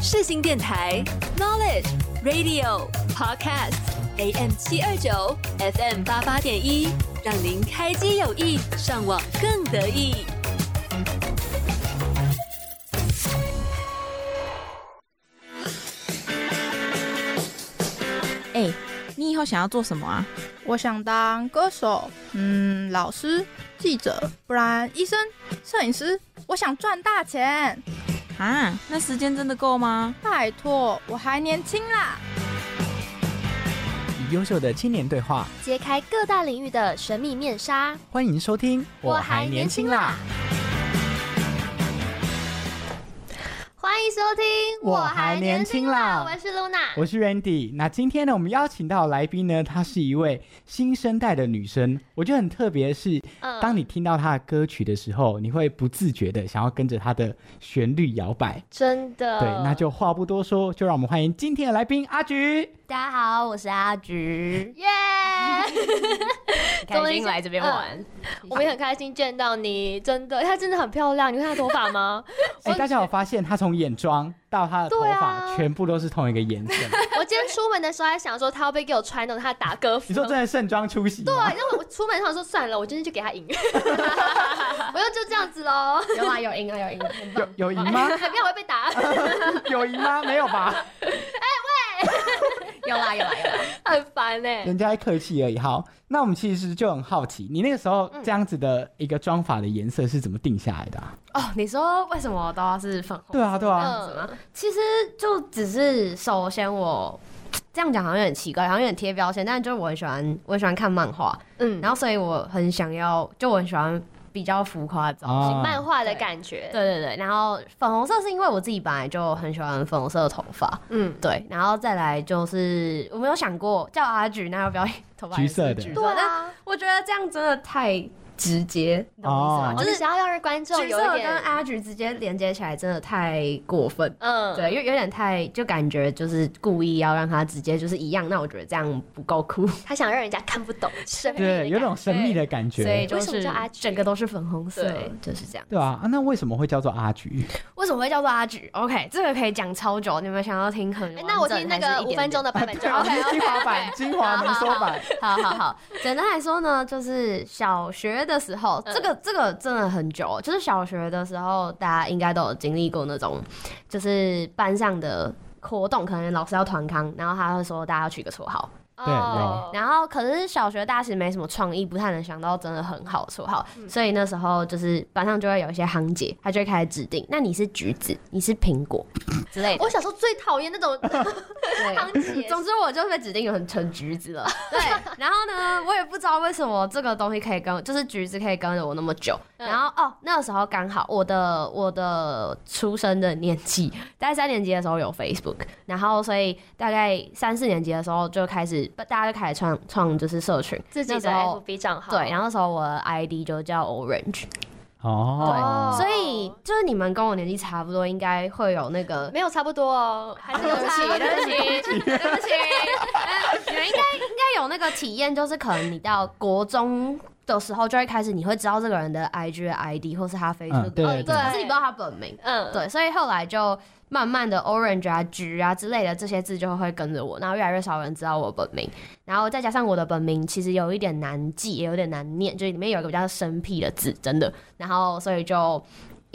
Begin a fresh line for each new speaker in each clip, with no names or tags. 世新电台 Knowledge Radio Podcast AM 七二九 FM 八八点一，让您开机有意，上网更得意。
哎、你以后想要做什么啊？
我想当歌手，嗯，老师、记者，不然医生、摄影师。我想赚大钱，
啊，那时间真的够吗？
拜托，我还年轻啦！
与优秀的青年对话，
揭开各大领域的神秘面纱。
欢迎收听。
我还年轻啦！欢迎收听，
我还年轻啦
我是露娜。
我是 Randy，那今天呢，我们邀请到的来宾呢，她是一位新生代的女生，我觉得很特别的是，
嗯
当你听到她的歌曲的时候，你会不自觉的想要跟着她的旋律摇摆。
真的
对，那就话不多说，就让我们欢迎今天的来宾阿菊。
大家好，我是阿菊，
耶！
很 开心来这边玩。
我们也很开心见到你，真的，她真的很漂亮。你看她头发吗？
哎、大家有发现她从眼妆到她的头
对
发、
啊
全部都是同一个颜色？
我今天出门的时候还想说，她会不会给我穿那种她的打歌服？
你说真的盛装出席
对，啊
吗？
然后我出门的时候说算了，我今天就给她赢，我就就这样子喽，
有啊，有赢啊，有赢，很棒。
有有赢吗？
还不要我会被打。
有赢吗？没有吧？
有啦，有啦，有啦。
很烦哎、
人家在客气而已。好，那我们其实就很好奇，你那个时候这样子的一个妆法的颜色是怎么定下来的、啊？
哦，你说为什么都要是粉红？
对啊，对啊，
嗯
么？其实就只是首先我这样讲好像有点奇怪，好像有点贴标签，但就是我很喜欢，我很喜欢看漫画，
嗯，
然后所以我很想要，就我很喜欢比较浮夸的造型。
啊
漫画的感觉，
对对对，然后粉红色是因为我自己本来就很喜欢粉红色的头发，
嗯，
对，然后再来就是我没有想过叫阿菊，那要不要 头发
橘
也是
色的
橘
对
但
啊，
我觉得这样真的太直接，你懂我意思吗？
哦
就
就
是
是
想要让人观众
橘
有
色
一
跟
点，
阿菊直接连接起来，真的太过分。
嗯，
对，有有点太就感觉就是故意要让它直接就是一样，那我觉得这样不够酷，
他想让人家看不懂，神秘的
对，有种神秘的感
所
觉，
以就
为什么
是
叫阿菊
整个都是粉红色
对，
就是这样。
对啊啊那为什么会叫做阿菊？
为什么会叫做阿菊？OK，这个可以讲超久，你们想要听很
感觉。
完整、
哎那我听那
还
个
是一
五
点
分
点
钟的版本就
对，
好。
我们是精华 版，精华浓缩版。
好好好，简单来说呢，就是小学的时候，
嗯
这个这个真的很久，哦就是小学的时候，大家应该都有经历过那种，就是班上的。活动可能老师要团康，然后他会说大家要取个绰号，
对
哦
然后可是小学大家其实没什么创意，不太能想到真的很好的绰号，
嗯
所以那时候就是班上就会有一些行姐，她就会开始指定，那你是橘子，你是苹果之类的，
我小时候最讨厌那种
对
堂姐，
总之，我就被指定成成橘子了。对，然后呢，我也不知道为什么这个东西可以跟，就是橘子可以跟着我那么久。
嗯
然后哦，那个时候刚好我的我的出生的年纪，大概三年级的时候有 Facebook，然后所以大概三四年级的时候就开始，大家就开始创创就是社群。
自己
那时
的
候
FB 账号，
对，然后那时候我的 ID 就叫 Orange，、
哦，
所以就是你们跟我年纪差不多，应该会有那个
没有差不多哦，还是
对
有
不
差
起，对不起，对不 起。呃你们应该应该有那个体验，就是可能你到国中的时候就会开始，你会知道这个人的 IG 的 ID 或是他 Facebook，
嗯，对
的
对对
哦
可是你不知道他本名。
嗯，
对，所以后来就慢慢的 orange 啊、橘啊之类的这些字就会跟着我，然后越来越少人知道我本名，然后再加上我的本名其实有一点难记，也有点难念，就是里面有一个比较生僻的字，真的，然后所以就。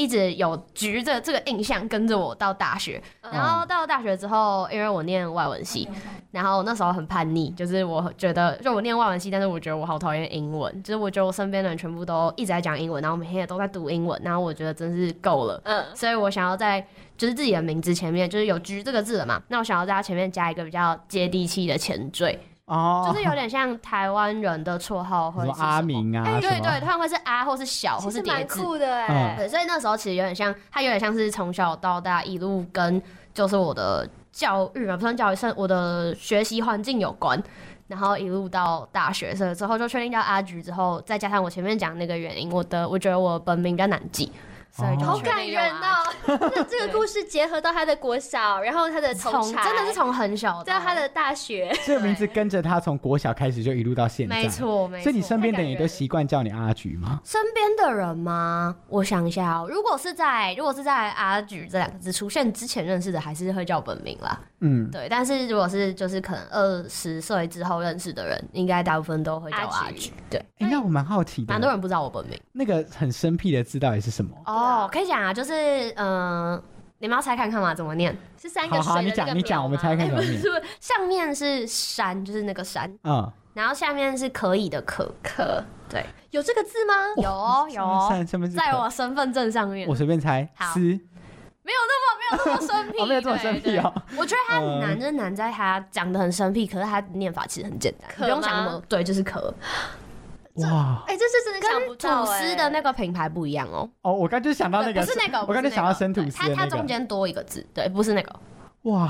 一直有橘的这个印象跟着我到大学，然后到了大学之后，因为我念外文系，然后那时候很叛逆，就是我觉得，就我念外文系，但是我觉得我好讨厌英文，就是我觉得我身边的人全部都一直在讲英文，然后每天也都在读英文，然后我觉得真是够了，
嗯，
所以我想要在就是自己的名字前面就是有“菊”这个字了嘛，那我想要在它前面加一个比较接地气的前缀，
哦
就，是有点像台湾人的绰号或
什
者
么
是
阿
什么，
明啊，
哎对
什么
对，他们会是阿或是小或
其
是
实
叠
蛮
字，
酷的哎，
对，所以那时候其实有点像，它有点像是从小到大一路跟就是我的教育啊，不算教育，是我的学习环境有关。然后一路到大学，所以之后就确定叫阿菊之后，再加上我前面讲那个原因，我的我觉得我本名比较难记，所以就
哦
好
全
感
备用
人
啊！
哦！这这个故事结合到他的国小，然后他的
从
柴
真的是从很小，
到啊他的大学，
这个名字跟着他从国小开始就一路到现在，
没。错没错。
所以你身边的人也
太感人
都
了
习惯叫你阿菊吗？
哎身边的人吗？我想一下、哦，如果是在如果是在阿菊这两个字出现之前认识的，还是会叫本名啦。
嗯，
对，但是如果是就是可能二十岁之后认识的人，应该大部分都会叫
阿
阿
菊
菊。啊对，
哎、那我蛮好奇的，
蛮多人不知道我本名
那个很生僻的字到底是什么？
哦，可以讲啊，就是嗯、呃你们要猜看看嘛，怎么念？
是三个
好好，你
水的那个
讲你讲，
苗
我们
吗
猜看怎
不
么
是
念。
不是，上面是山，就是那个山，
嗯，
然后下面是可以的可可，对，
有这个字吗？
有哦有哦，
三身份证
在我身份证上面，
我随便猜，
好
思
没有那么没有那么生 僻，
哦没有这么生僻哦
对。对我觉得它很难，就是难在它讲的很生僻，可是它念法其实很简单，
可
不用想那
吗
么对，就是可。
哇
哎，这是真的想不
跟
到
吐
哎
司的那个品牌不一样哦，
哦，我刚就想到那个，
不是那个，
我刚就想到生吐
对
司的
它它
那
中
个，
间多一个字，对，不是那个。
哇，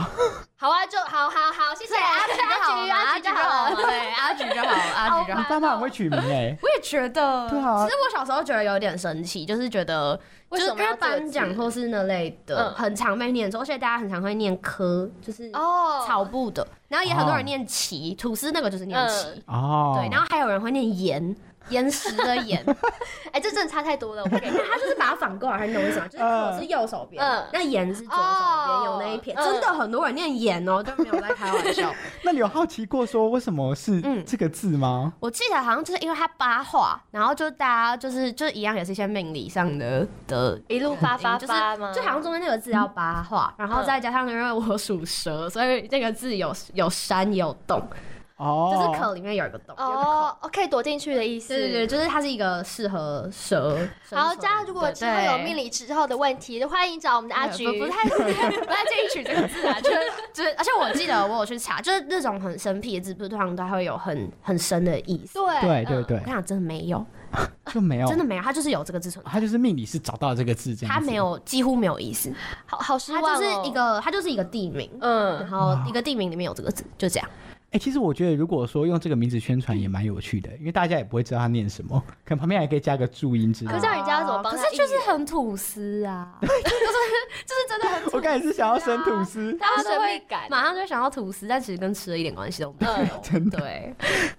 好啊，就好好好，谢谢阿菊阿菊阿菊就好了。
对，阿菊就好了，阿菊就
你
好。
爸妈很会取名 哎，
我也觉得，
对啊
其实我小时候觉得有点神奇，就是觉得，就
为
是
什
因
么要
为
这个
颁奖
字
或是那类
嗯
的，很常被念错，而且大家很常会念科，就是
哦
草部的，然后也很多
哦
人念棋，吐司那个就是念
嗯
棋，
哦，
对，然后还有人会念岩，岩石的 岩，
哎，这真的差太多了，我不 给
他就是把它反过来，你懂我意思吗？就是
嗯
口是右手边
嗯，
那岩是
哦
左手边有那一撇，
嗯
真的很多人念岩哦，都没有在开玩笑。
那你有好奇过说为什么是
嗯
这个字吗？
我记得好像就是因为他八画，然后就大家就是就一样也是一些命理上的的。
一路发发
就是
发吗？
就好像中间那个字要八画，然后再加上因为我属蛇，所以那个字有有山也有洞，
哦，
就是可里面有一个洞。有一个口
哦，哦可以躲进去的意思。
对对对，就是它是一个适合蛇。
好，大家如果之后有命
理
理之后的问题，欢迎找我们的阿菊。
不不太 不太建议取这个字啊，就是 就是，而且我记得我有去查，就是那种很生僻的字，不是通常都会有很很深的意思。
对
对
嗯
对
我
对
跟你，讲，真的没有，
就没有，
真的没有，它就是有这个字存在，
他就是命理是找到这个字这样，
它没，有几乎没有意思，
好好失
它
望哦
就是一个它就是一个地名，然
嗯，
后一个地名里面有这个字，就这样。
哎、其实我觉得，如果说用这个名字宣传也
嗯
蛮有趣的，因为大家也不会知道他念什么，可能旁边还可以加个注音之类
可是
的
这。样人家要怎么帮
可
他
是就是
应援
很吐司啊，就是就是真的很吐司啊
我刚才是想要生吐司。
大家都
生命
会
感
马上就想到吐司，但其实跟吃的一点关系都没有。 真的对，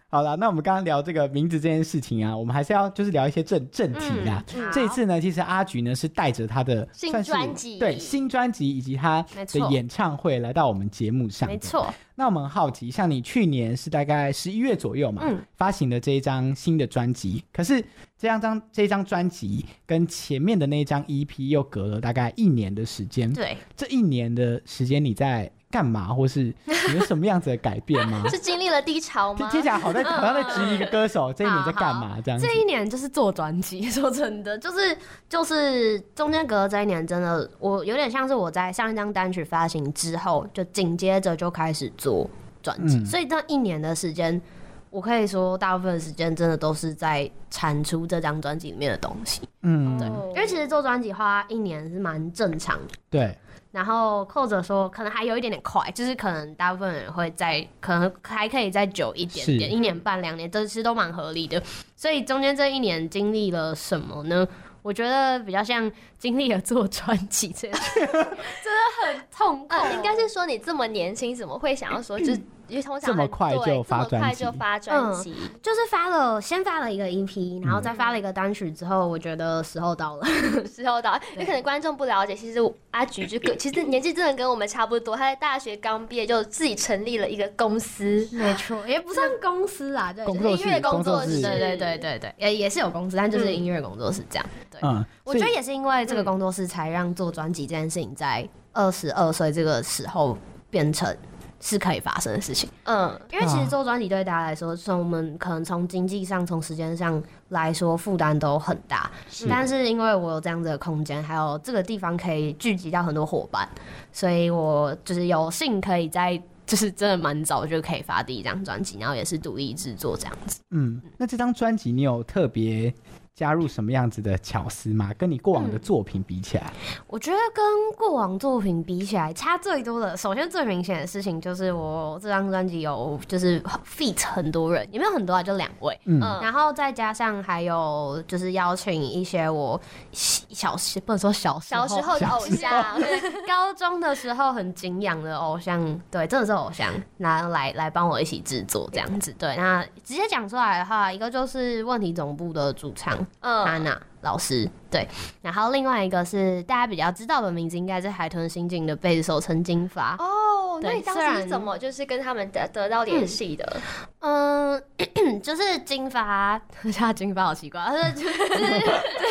好啦，那我们刚刚聊这个名字这件事情啊，我们还是要就是聊一些正正题啦。
嗯
这一次呢，其实阿菊呢是带着她的
新
算是
专辑
对新专辑以及她
没
的
错
演唱会来到我们节目上。
没。错，
那我们很好奇，像你去年是大概十一月左右嘛，
嗯
发行的这一张新的专辑，可是这张张这张专辑跟前面的那一张 EP 又隔了大概一年的时间。
对。
这一年的时间你在干嘛，或是你有什么样子的改变吗？
是经历了低潮吗？
听起来好在好像在质疑一个歌手这一年在干嘛这样子。
这一年就是做专辑， 说真的，就是就是中间隔了这一年，真的我有点像是我在上一张单曲发行之后，就紧接着就开始做专辑，
嗯
所以那一年的时间，我可以说大部分的时间真的都是在产出这张专辑里面的东西，
嗯，
哦
因为其实做专辑花一年是蛮正常的。
对，
然后扣着说，可能还有一点点快，就是可能大部分人会在，可能还可以再久一点点，
是
一年半、两年，这其实都蛮合理的。所以中间这一年经历了什么呢？我觉得比较像经历了做专辑这件事情，真的很痛苦。
呃，应该是说你这么年轻，怎么会想要说就是因为通常
嗯这么
很
快
对
就发
这么快
专辑
就发专辑？
就是发了，先发了一个 EP，然后再发了一个单曲之后，我觉得时候到了。
时候到，因为可能观众不了解，其实阿菊就跟其实年纪真的跟我们差不多，他在大学刚毕业就自己成立了一个公司，
没错，也不算公司啦，对，
工作室
音乐工
工
作
作
室，
室
对对对对对，也也是有公司，但就是音乐工作室这样。对，
嗯，
我
所以
觉得也是因为这个工作室，才让做专辑这件事情在二十二岁这个时候变成。是可以发生的事情，
嗯，
因为其实做专辑对大家来说，从我们可能从经济上、从时间上来说负担都很大，但是因为我有这样子的空间，还有这个地方可以聚集到很多伙伴，所以我就是有幸可以在就是真的蛮早就可以
嗯
发第一张专辑，然后也是独立制作这样子。
嗯，那这张专辑你有特别加入什么样子的巧思吗？跟你过往的作品比起来，
我觉得跟过往作品比起来，差最多的，首先最明显的事情就是我这张专辑有就是 feat 很多人，也没有很多啊，就两位，
嗯
嗯，然后再加上还有就是邀请一些我小小时不能说小时
小
候
时候的偶 像，
高中的时候很敬仰的偶像，对，真的是偶像，然后来来帮我一起制作这样子。对，那直接讲出来的话，一个就是问题总部的主唱安
嗯，
娜、老师，对，然后另外一个是大家比较知道的名字，应该是海豚刑警的贝斯手陈金发。
哦，那你
对
当
虽
时
然
是怎么就是跟他们得得到联系的？
嗯， 就是金发，他金发好奇 怪，他就是就是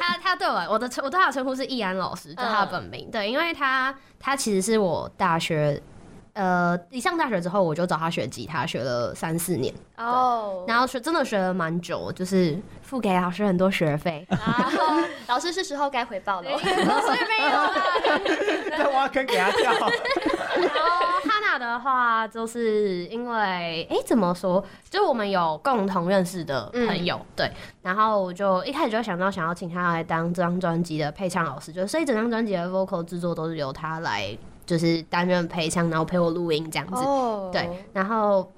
他他对我我的称我对他的称呼是易安老师，就他的本名。对，因为他他其实是我大学。呃，一上大学之后，我就找他学吉他，学了三四年，
哦，，
然后学真的学了蛮久，就是付给老师很多学费
然后老师是时候该回报了。
所以没有啦。
再挖坑给他跳。
然后哈娜的话，就是因为哎、诶怎么说？就我们有共同认识的朋
嗯
友，对。然后我就一开始就想到想要请他来当这张专辑的配唱老师，就所以整张专辑的 vocal 制作都是由他来，就是担任配唱，然后陪我录音这样子。
哦
对，然后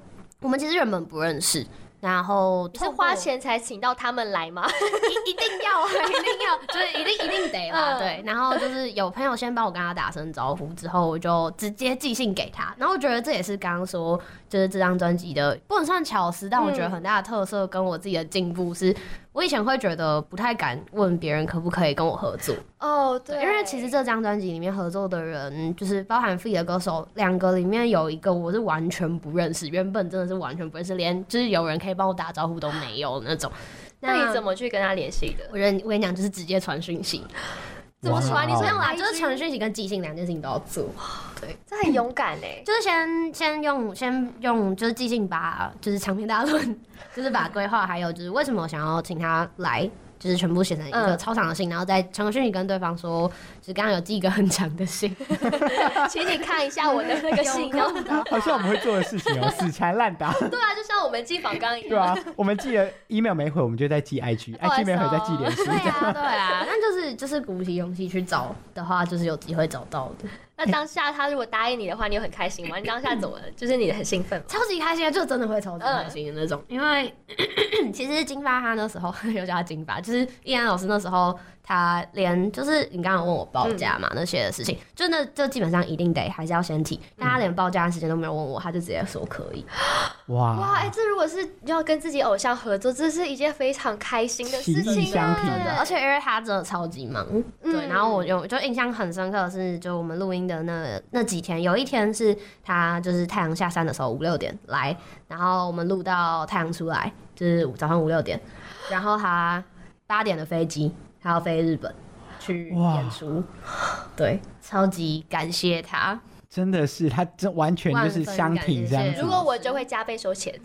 我们其实原本不认识。然后
你是
透过
花钱才请到他们来吗？
一一定要啊，一定要，就是一定一定得啦，
嗯
对。然后就是有朋友先帮我跟他打声招呼，之后我就直接寄信给他。然后我觉得这也是刚刚说，就是这张专辑的不能算巧思，但我
嗯
觉得很大的特色跟我自己的进步是，我以前会觉得不太敢问别人可不可以跟我合作，
哦，对
对，因为其实这张专辑里面合作的人，就是包含 f e 的歌手，两个里面有一个我是完全不认识，原本真的是完全不认识，连就是有人可以帮我打招呼都没有那种。
那你怎么去跟他联系的？
我觉得我跟你讲，就是直接传讯息，
怎么说啊？
哇
你说
没有
用
啦，
来
就是传讯息跟寄信两件事情都要做，
这很勇敢 哎。
就是先先用先用就是寄信把就是长篇大论， 就是把规划还有就是为什么我想要请他来。就是全部写成一个
嗯
超长的信，然后再传个讯息跟对方说，就是刚刚有寄一个很长的信，
请你看一下我的那个 信，然后
好像我们会做的事情哦，死缠烂打，
对啊，就像我们进访刚一
对
样。
啊，哎我们寄了 email 没回，我们就在寄
哦
IG，IG 没回再寄脸书
对，啊，对 啊，那就是就是鼓起勇气去找的话，就是有机会找到的，
那当下他如果答应你的话，你有很开心吗？你当下怎么了？就是你很兴奋吗？
超级开心，就真的会超级开心的那种。因为 其实金发他那时候 又叫他金发，就是易安老师那时候他连就是你刚刚有问我报价嘛、那些的事情，就那就基本上一定得还是要先提，但他连报价的时间都没有问我，他就直接说可以。
哇，哎、
哇，
这如果是要跟自己偶像合作，这是一件非常开心的事
情意
情
相挺
啊！
真的，而且因为他真的超级忙，对。
嗯
然后我有就印象很深刻的是，就我们录音的那那几天，有一天是他就是太阳下山的时候五六点来，然后我们录到太阳出来，就是早上五六点，然后他八点的飞机，他要飞日本去
哇
演出，对，超级感谢他，
真的是他，这完全就是相挺这样
万分感
子
谢
如。果我就会加倍收钱。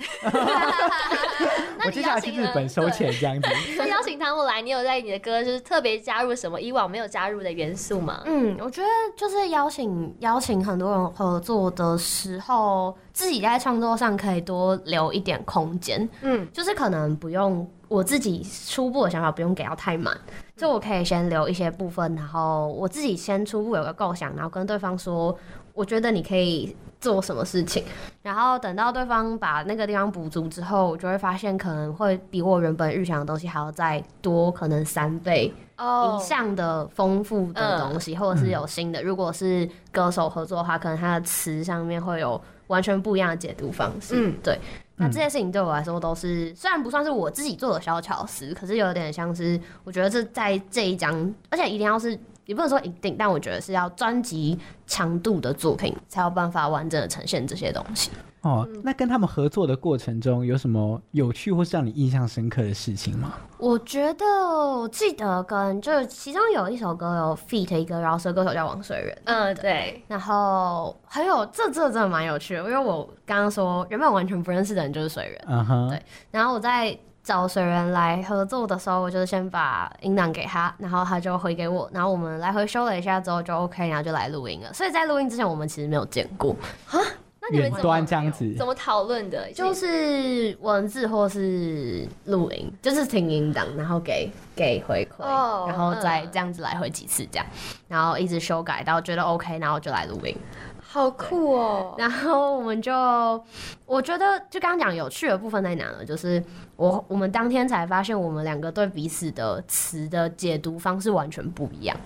我
那你
接下
邀
来去
请
日本收钱这样子，
对。邀请他们来，你有在你的歌就是特别加入什么以往没有加入的元素吗？
嗯，我觉得就是邀请邀请很多人合作的时候，自己在创作上可以多留一点空间，
嗯，
就是可能不用我自己初步的想法不用给到太满，就我可以先留一些部分，然后我自己先初步有个构想，然后跟对方说，我觉得你可以做什么事情，然后等到对方把那个地方补足之后，我就会发现可能会比我原本预想的东西还要再多，可能三倍
哦
以上的丰富的东西，或者是有新的。如果是歌手合作的话，可能他的词上面会有完全不一样的解读方式。
嗯
对。那这件事情对我来说都是，虽然不算是我自己做的小巧思，可是有点像是，我觉得这在这一张，而且一定要是，也不能说一定，但我觉得是要专辑强度的作品才有办法完整的呈现这些东西。
哦，那跟他们合作的过程中有什么有趣或是让你印象深刻的事情吗？
我觉得我记得跟就是其中有一首歌有 feat 一个饶舌歌手叫王水仁，
嗯，对，
然后还有这这真的蛮有趣的，因为我刚刚说原本完全不认识的人就是水人，
嗯哼
对，然后我在找水人来合作的时候，我就先把音档给他，然后他就回给我，然后我们来回修了一下之后就 OK，然后就来录音了。所以在录音之前，我们其实没有见过。那
那你
远
们怎
端
么
这样子。
怎么讨论的？
就
就是
是文字或是录音，就是听音档，然后给给回馈
哦
然后再
嗯
这样子来回几次这样，然后一直修改到觉得 OK，然后就来录音。
好酷哦。
然后我们就，我觉得就刚刚讲有趣的部分在哪呢？就是我我们当天才发现，我们两个对彼此的词的解读方式完全不一样，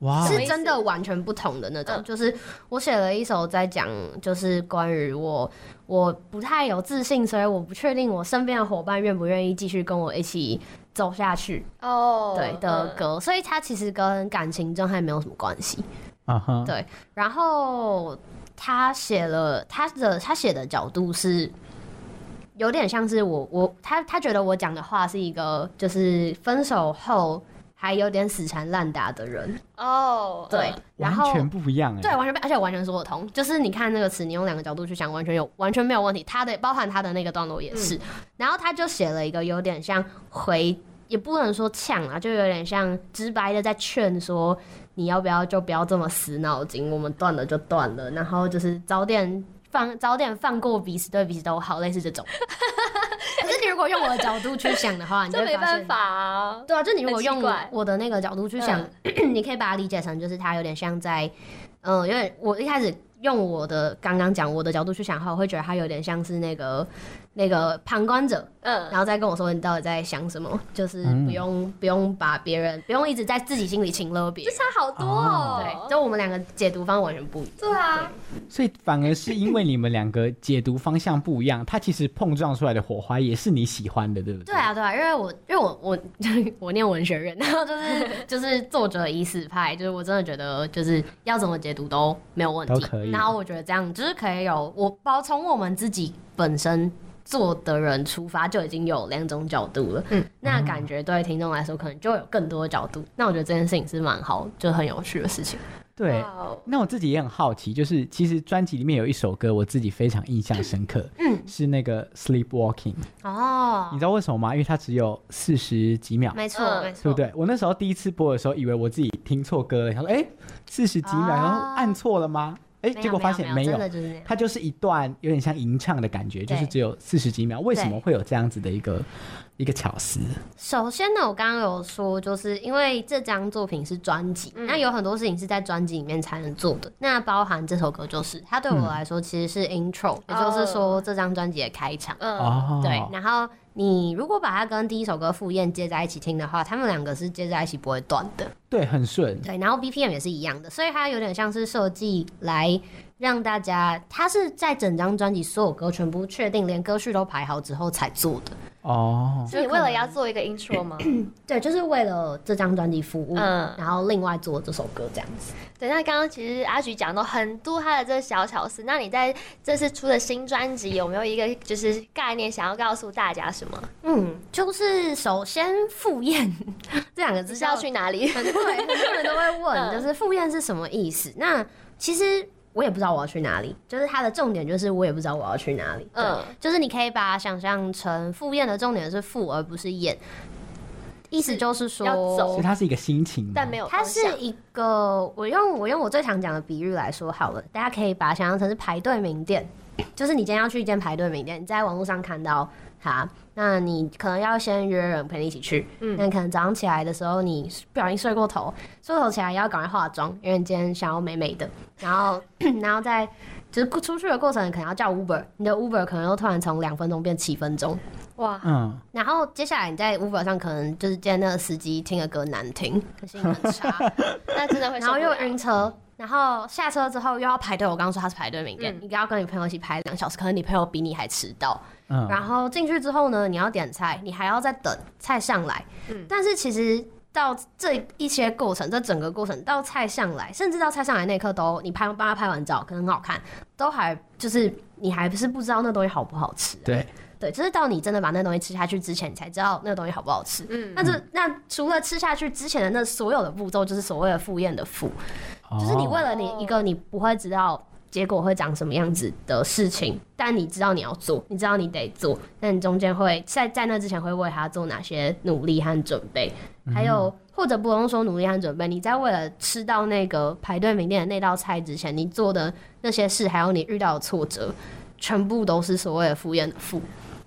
哇，
什么
是
意思
真的完全不同的那种。
哦嗯
就是我写了一首在讲，就是关于我我不太有自信，所以我不确定我身边的伙伴愿不愿意继续跟我一起走下去，
哦，
对的
嗯
歌，所以它其实跟感情状态没有什么关系。
啊哈，
对然后他写了他的他写的角度是有点像是我我他他觉得我讲的话是一个就是分手后还有点死缠烂打的人，
哦，
对，
嗯
然
完
后。
全不一样哎、
对，完全被，而且完全说得通。就是你看那个词，你用两个角度去想，完全有，完全没有问题。他的包含他的那个段落也是，然后他就写了一个有点像回，也不能说呛啊，就有点像直白的在劝说你要不要就不要这么死脑筋，我们断了就断了，然后就是早点。放早点放过彼此，对彼此都好，类似这种。 可是你如果用我的角度去想的话，你就
这
会
没
发
办
现
法啊。
对啊，就你如果
很奇
用
怪嗯
我的那个角度去想， 你可以把它理解成就是它有点像在，嗯、有点我一开始用我的刚刚讲我的角度去想的话，我会觉得它有点像是那个那个旁观者，
嗯，
然后再跟我说你到底在想 什么，就是
嗯
不用、不用把别人不用一直在自己心里请了别
这
人。
差好多
对，
哦。
就我们两个解读方完全不一样。
对啊，
所以反而是因为你们两个解读方向不一样，它其实碰撞出来的火花也是你喜欢的，对不对？
对啊，对啊，因为我因为我我 我念文学院，然后就是就是作者已死派，就是我真的觉得就是要怎么解读都没有问题，
都可以
然后我觉得这样就是可以有我包从我们自己本身。做的人出发就已经有两种角度了，嗯，那感觉对听众来说可能就会有更多的角度。那我觉得这件事情是蛮好，就很有趣的事情。
对
嗯
哇哦
那我自己也很好奇，就是其实专辑里面有一首歌，我自己非常印象深刻，嗯，是那个 Sleepwalking，
哦
你知，道为什么吗？因为它只有四十几秒，
没错，
嗯
没
对
错，
不对？我那时候第一次播的时候，以为我自己听错歌了，想说哎，四十几秒，
啊
然后按错了吗？哎，
没有
结果发现
没
没
真
有
的，就是那样。
它就是一段有点像吟唱的感觉，就是
对
只有四十几秒。为什
对
么会有这样子的一个一个巧思？
首先呢，我刚刚有说，就是因为这张作品是专辑，那有很多事情是在专辑里面才能做的。那包含这首歌，就是它对我来说其实是 intro，、也就是说这张专辑的开场。
嗯，
哦，
对，然后你如果把它跟第一首歌《赴宴》接在一起听的话，他们两个是接在一起不会断的。
对，很顺，
对，然后 BPM 也是一样的，所以它有点像是设计来让大家，它是在整张专辑所有歌全部确定，连歌序都排好之后才做的。
哦，
是你为了要做一个 intro 吗？
对，就是为了这张专辑服务，
嗯
然后另外做这首歌这样子。
对，那刚刚其实阿菊讲到很多他的这个小巧思，那你在这次出的新专辑有没有一个就是概念想要告诉大家什么？
嗯，就是首先赴宴 这两个字
你是要去哪 里？
很 对，很多人都会问，
嗯
就是赴宴是什么意思？那其实我也不知道我要去哪里，就是它的重点就是我也不知道我要去哪里。嗯
嗯，
就是你可以把它想象成赴宴的重点是赴而不是宴，意思就是说
要走
所以它是一个心情嘛，
但没有
它
哦方
是
向，
一个，我用我用我最常讲的比喻来说好了，大家可以把它想象成是排队名店，就是你今天要去一间排队名店，你在网络上看到它，那你可能要先约人陪你一起去，嗯，那你可能早上起来的时候你不小心睡过头，睡过头起来要赶快化妆，因为你今天想要美美的，然后 然后再。就是出去的过程，可能要叫 Uber，你的 Uber 可能又突然从两分钟变七分钟，
哇，
嗯，
然后接下来你在 Uber 上可能就是见那个司机听的歌难听，可是音很差，
那真的会
然
受
后
不
又
了
晕车，然后下车之后又要排队。我刚刚说他是排队名店，
嗯
你要跟你朋友一起排两小时，可能你朋友比你还迟到。
嗯
然后进去之后呢，你要点菜，你还要再等菜上来。
嗯
但是其实到这一些过程，这整个过程到菜上来，甚至到菜上来那一刻都，你拍帮他拍完照，可能很好看，都还就是你还不是不知道那东西好不好吃、
对，
对，就是到你真的把那东西吃下去之前，你才知道那个东西好不好吃。嗯，那这那除了吃下去之前的
哦
哦那所有的步骤，就是所谓的赴宴的赴，就是你为了你一个你不会知道结果会长什么样子的事情，但你知道你要做，你知道你得做，但你中间会在在那之前会为他做哪些努力和准备，还有或者不用说努力和准备，你在为了吃到那个排队名店的那道菜之前，你做的那些事，还有你遇到的挫折，全部都是所谓的敷衍的 敷。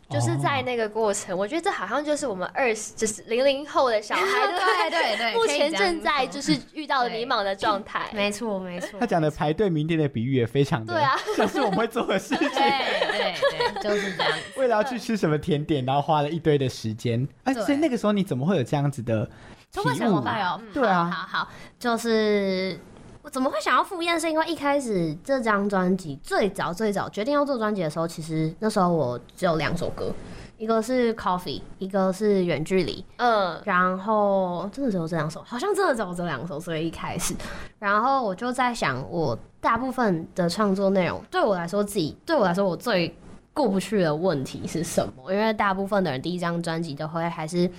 就是在那个过程，我觉得这好像就是我们二十，就是零零后的小 孩，对不对？
对对
目前正在就是是遇到迷茫的状态。
没错没错
他，讲的排队名店的比喻也非常的，
对啊，
像是我们会做的事情
对。对对，就是这样。
为了要去吃什么甜点，然后花了一堆的时间。哎、
对
所以那个时候你怎么会有这样子的体
这为什
悟
么？会有？嗯
对啊
好好好，就是我怎么会想要赴宴，是因为一开始这张专辑最早最早决定要做专辑的时候，其实那时候我只有两首歌，一个是 Coffee，一个是远距离，
嗯，
然后真的只有这两首，好像真的只有这两首，所以一开始，然后我就在想，我大部分的创作内容对我来说，自己对我来说，我最过不去的问题是什么？因为大部分的人第一张专辑都会还是。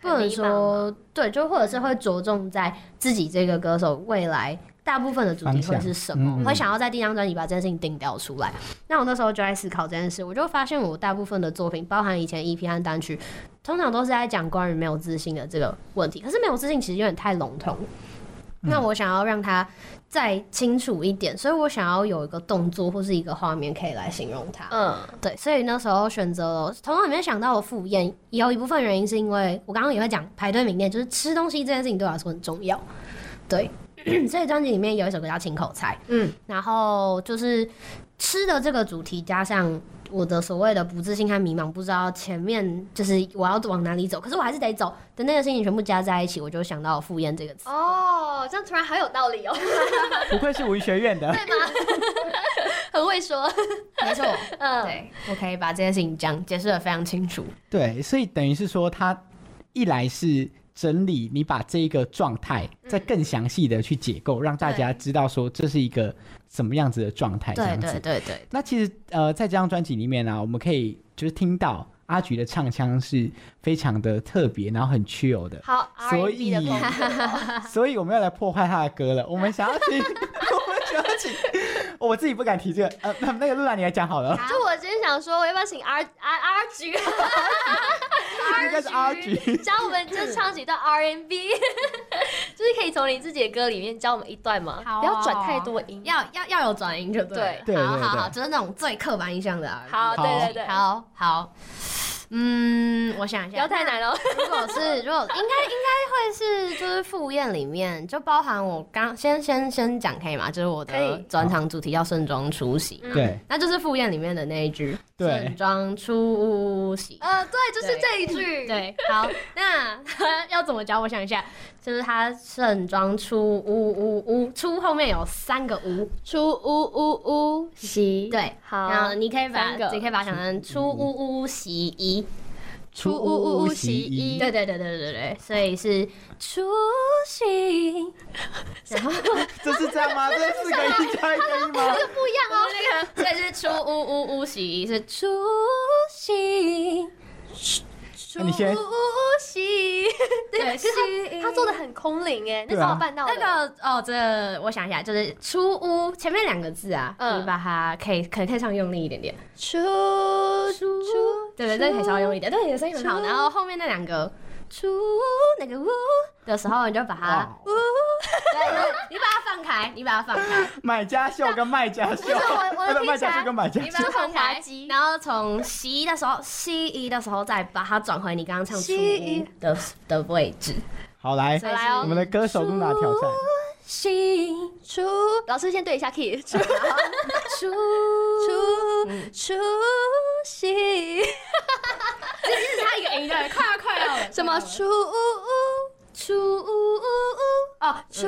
不能说对，就或者是会着重在自己这个歌手未来大部分的主题会是什
方向
么，
嗯
我会想要在第一张专辑把这件事情定调出来。那我那时候就在思考这件事，我就发现我大部分的作品，包含以前 EP 和单曲，通常都是在讲关于没有自信的这个问题。可是没有自信其实有点太笼统，那我想要让它再清楚一点，所以我想要有一个动作或是一个画面可以来形容它。
嗯，
对，所以那时候选择了，头脑里面想到我赴宴，也有一部分原因是因为我刚刚也会讲排队名店，就是吃东西这件事情对我来说很重要。对， 所以专辑里面有一首歌叫《亲口菜》，
嗯，
然后就是吃的这个主题加上。我的所谓的不自信和迷茫，不知道前面就是我要往哪里走，可是我还是得走的那个心情全部加在一起，我就想到“赴宴”这个词。
哦，这样突然好有道理哦，
不愧是文学院 的，
很会说。
没错，
嗯，
对，我可以把这件事情讲解释的非常清楚。
对，所以等于是说，他一来是整理你把这一个状态再更详细的去解构，让大家知道说这是一个什么样子的状态，这
对
样子。
对对对
那其实呃，在这张专辑里面呢、啊我们可以就是听到阿菊的唱腔是非常的特别，然后很 chill 的，
好
所以
，R&B 的风格，
所以我们要来破坏他的歌了。我们想要请，我们想要请，我自己不敢提这个，呃，那那个露娜你来讲好了，
就我今天想说，我要不要请 R R R 局
应该是阿菊。
教我们就唱几段 R&B，就是可以从你自己的歌里面教我们一段吗？
好啊
不要转太多音。
要要要有转音就对了。
对
好
对对
好好，
对
就是那种最刻板印象的 R&B。
好，对对对，
好好，嗯，我想一下，
不要太难哦。
如果是如果应该应该会是就是赴宴里面就包含我刚先先先讲可以吗？就是我
可
的
以
专场主题要盛装出席，
嗯
对
那就是赴宴里面的那一句
对
盛装出席。
呃，对，就是这一句。，
对，好，那要怎么教？我想一下，就是他盛装出屋屋屋出后面有三个屋，
出呜呜呜席。
对，
好，
然后你可以把
三个
你可以把它想成出屋屋洗衣，
出
呜呜
洗
洗
衣
衣，
对对对对对对，所以是出行，然后
这是这样吗？这是四个一加一个一吗？
所以是出屋屋屋洗衣是出行，
出
那你先
呜呜席。
对，是
他做的很空灵哎，那
对
时
啊
候我办到
那
的。
个哦，这我想一下，就是出屋前面两个字啊，
嗯
你把它可以可能可以上用力一点点。
出出
对对，那个可以稍微用力一点，对，你的声音很好。然后后面那两个出那个呜的时候，你就把它
哇
呜，对对，你把它放开，你把它 放开，
买家秀跟卖家秀，
我我
他的卖
听起
家
来
秀跟买家
你把
秀，
它放
滑
开
稽，
然后从西医的时候，西医的时候再把它转回你刚刚唱出
西医
的的位置。
好来，
所以
来哦
我们的歌手露娜挑战，
西
出，老师先对一下 key，出
出
出
嗯
出席，
差一个音对，快要快要
什么出出
哦，
出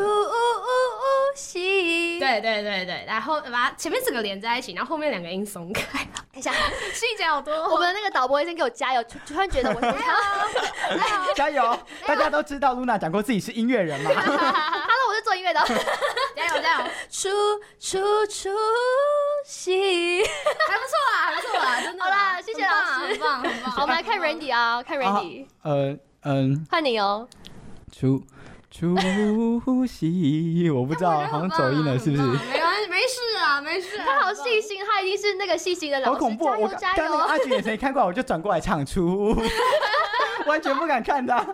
席？，
对对对对，然后把它前面四个连在一起，然后后面两个音松开，
等一下，
细节好多哦。
我们的那个导播先给我加油，突突然觉得我他
加油！大家都知道露娜讲过自己是音乐人嘛，
说我是做音乐的，
加油加油，
出出出席。
还不错啊，还不错啊，真的。
好啦谢谢
很棒
老师
很棒很棒。
好，我们来看 Randy 啊，看 Randy，
呃嗯，
看你哦，
出出息，我不知道，好像走音了，是不是？
没关系，没事啊，没事啊。
他好细心，他一定是那个细心的老
好
师。
恐怖！
加
我
油
刚
加
刚那个
油！
阿菊眼神一看过来，我就转过来唱出，完全不敢看他。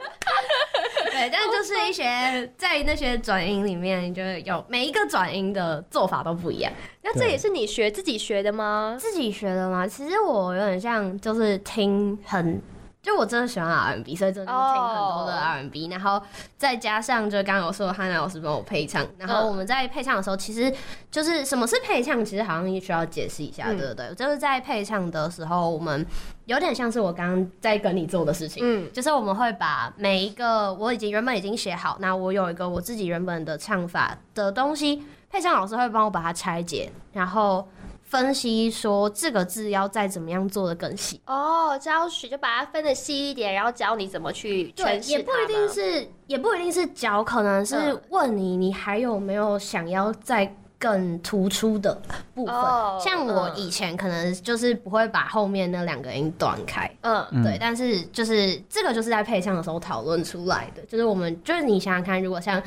对，但就是一些在那些转音里面，你就会有每一个转音的做法都不一样。
那这也是你学自己学的吗？
自己学的吗？其实我有点像，就是听很。就我真的喜欢 R&B，所以真的就是听很多的 R&B，、然后再加上就刚刚有说汉娜老师帮我配唱，然后我们在配唱的时候，其实就是什么是配唱，其实好像也需要解释一下，
嗯
对不对？就是在配唱的时候，我们有点像是我刚刚在跟你做的事情，
嗯，
就是我们会把每一个我已经原本已经写好，那我有一个我自己原本的唱法的东西，配上老师会帮我把它拆解，然后分析说这个字要再怎么样做的更细。
哦，教学就把它分的细一点，然后教你怎么去
对，
诠释
也不一定是，也不一定是教，可能是
嗯
问你，你还有没有想要再更突出的部分？
哦
像我
嗯
以前可能就是不会把后面那两个音断开，
嗯，
嗯
对，但是就是这个就是在配唱的时候讨论出来的，就是我们就是你想想看，如果像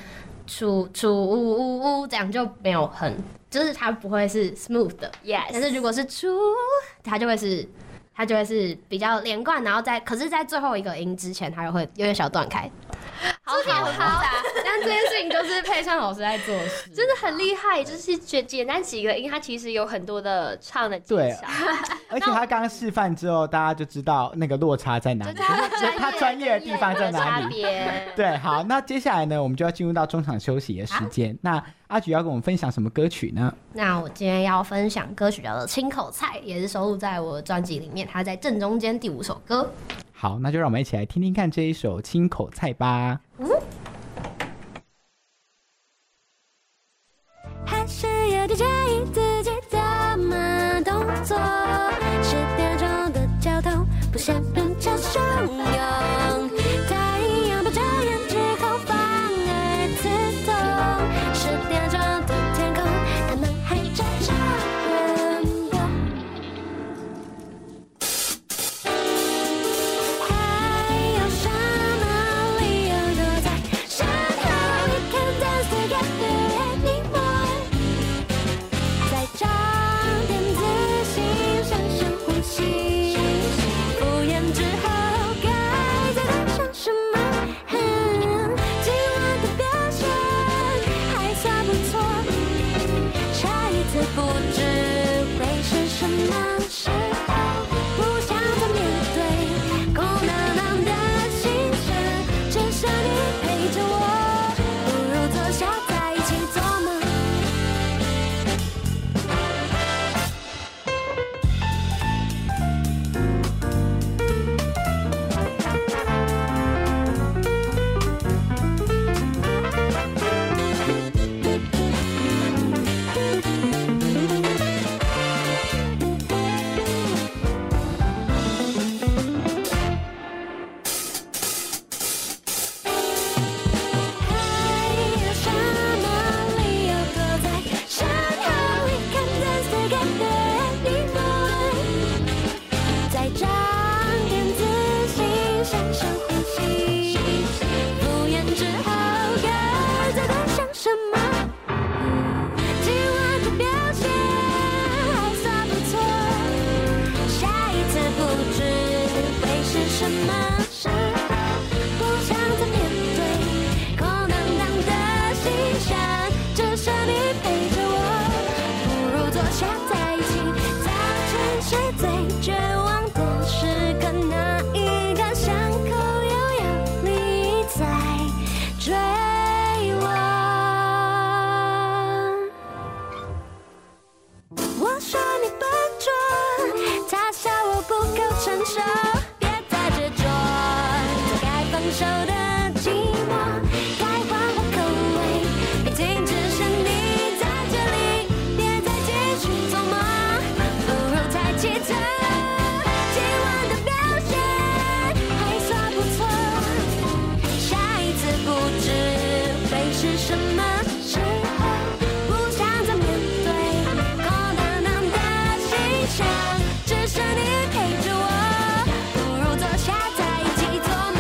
出出呜呜呜这样就没有很，就是它不会是 smooth 的，
，yes。
但是如果是出，它就会是它就会是比较连贯，然后在可是，在最后一个音之前，它又会有点小断开，
好好好，
但这件事情就是配唱老师在做事，
真的很厉害，就是简简单几个音，它其实有很多的唱的技
对啊
巧。
而且他刚刚示范之后，大家就知道那个落差在哪里，就是他专业的地方在哪
差
里。
别。
对，好，那接下来呢，我们就要进入到中场休息的时间。那阿菊要跟我们分享什么歌曲呢？
那我今天要分享歌曲叫做《亲口菜》，也是收录在我的专辑里面，它在正中间第五首歌。
好，那就让我们一起来听听看这一首《亲口菜》吧。
还是有点介意自己的慢动作，十点钟的交通不想人潮汹涌，太阳把遮掩之后反而刺痛，十点钟的天空，他们还站着等我。还有什么理由躲在身后？We can dance together anymore。再长点自信，深深呼吸。敷衍之后，该再换上什么？今晚的表现还算不错，下一次不知会是什么时候。不想再面对空荡荡的心声，只剩你陪着我，不如坐下在一起做梦。还有什么理由躲在身后？We can dance together anymore。再长点自信，深深呼吸。敷衍之后该再多想什么？今晚的表现还算不错，下一次不知会是什么时候。不想再面对空荡荡的心声，只剩你陪着我，不如坐下在一起，在沉睡最绝望的时刻，那一个伤口又有你在追我。我说你笨拙，他笑我不够成熟，别再执着，做该放手的寂寞，该换换口味，毕竟只是你在这里，别再继续琢磨，不如抬起头，今晚的表现还算不错。下一次不知会是什么时候，不想再面对空荡荡的心声，只剩你陪着我，不如坐下在一起做梦。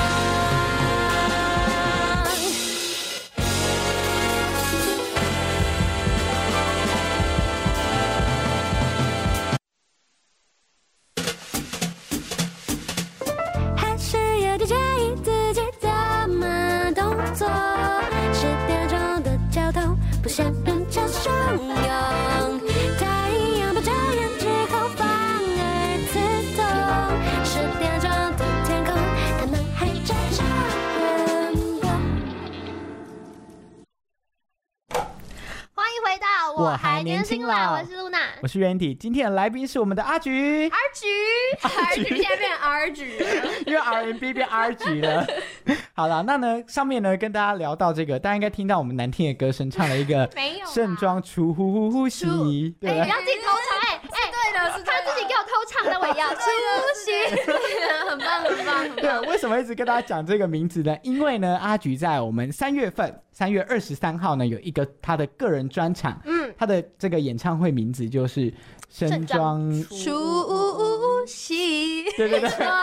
年
轻
轻啦，
啦
我是露娜，
我是 Randy，今天的来宾是我们的阿菊，
R 菊，
阿菊
在变 R 菊，
因为 RMB 变 R 级了。 好了，那呢上面呢跟大家聊到这个，大家应该听到我们难听的歌声，唱了一个
没有啦啊
盛装出呼呼吸，对
哎，
吧
不？要自己偷唱，哎哎，
对的，是
他自己给我偷唱的，我也要出息，
很棒很棒，很
对，为什么一直跟大家讲这个名字呢？因为呢，阿菊在我们三月份，三月二十三号呢，有一个她的个人专场，
嗯，
她的这个演唱会名字就是盛
盛
装
装，
出 息，
对对对。
很棒。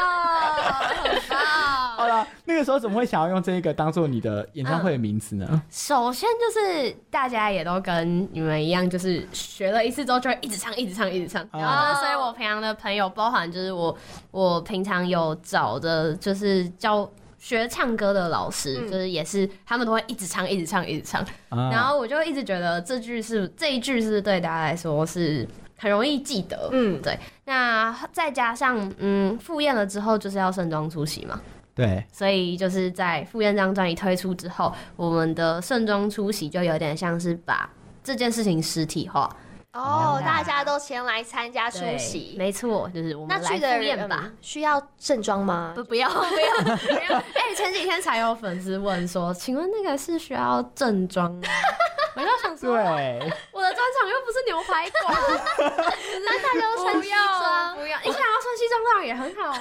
好了，那个时候怎么会想要用这个当做你的演唱会的名字呢？
首先就是大家也都跟你们一样，就是学了一次之后就会一直唱，一直唱，一直唱。
啊
然后呢，所以我平常的朋友，包含就是我，我平常有找的就是教学唱歌的老师，
嗯
就是也是他们都会一直唱，一直唱，一直唱。
啊
然后我就一直觉得这句是这一句是对大家来说是很容易记得。
嗯
嗯，对。那再加上嗯赴宴了之后，就是要盛装出席嘛。
对，
所以就是在《赴宴》这张专辑推出之后，我们的盛装出席就有点像是把这件事情实体化。
哦，大家都前来参加出
对
席，
没错，就是我
那
们来
去的
赴
人
宴吧。
需要盛装吗？
不，不要，不要，不要！哎、前几天才有粉丝问说，请问那个是需要正装 吗？我就想说，
对，
我的专场又不是牛排馆，
那大家都穿西装，哦
不要，你想要穿西装当然也很好啊，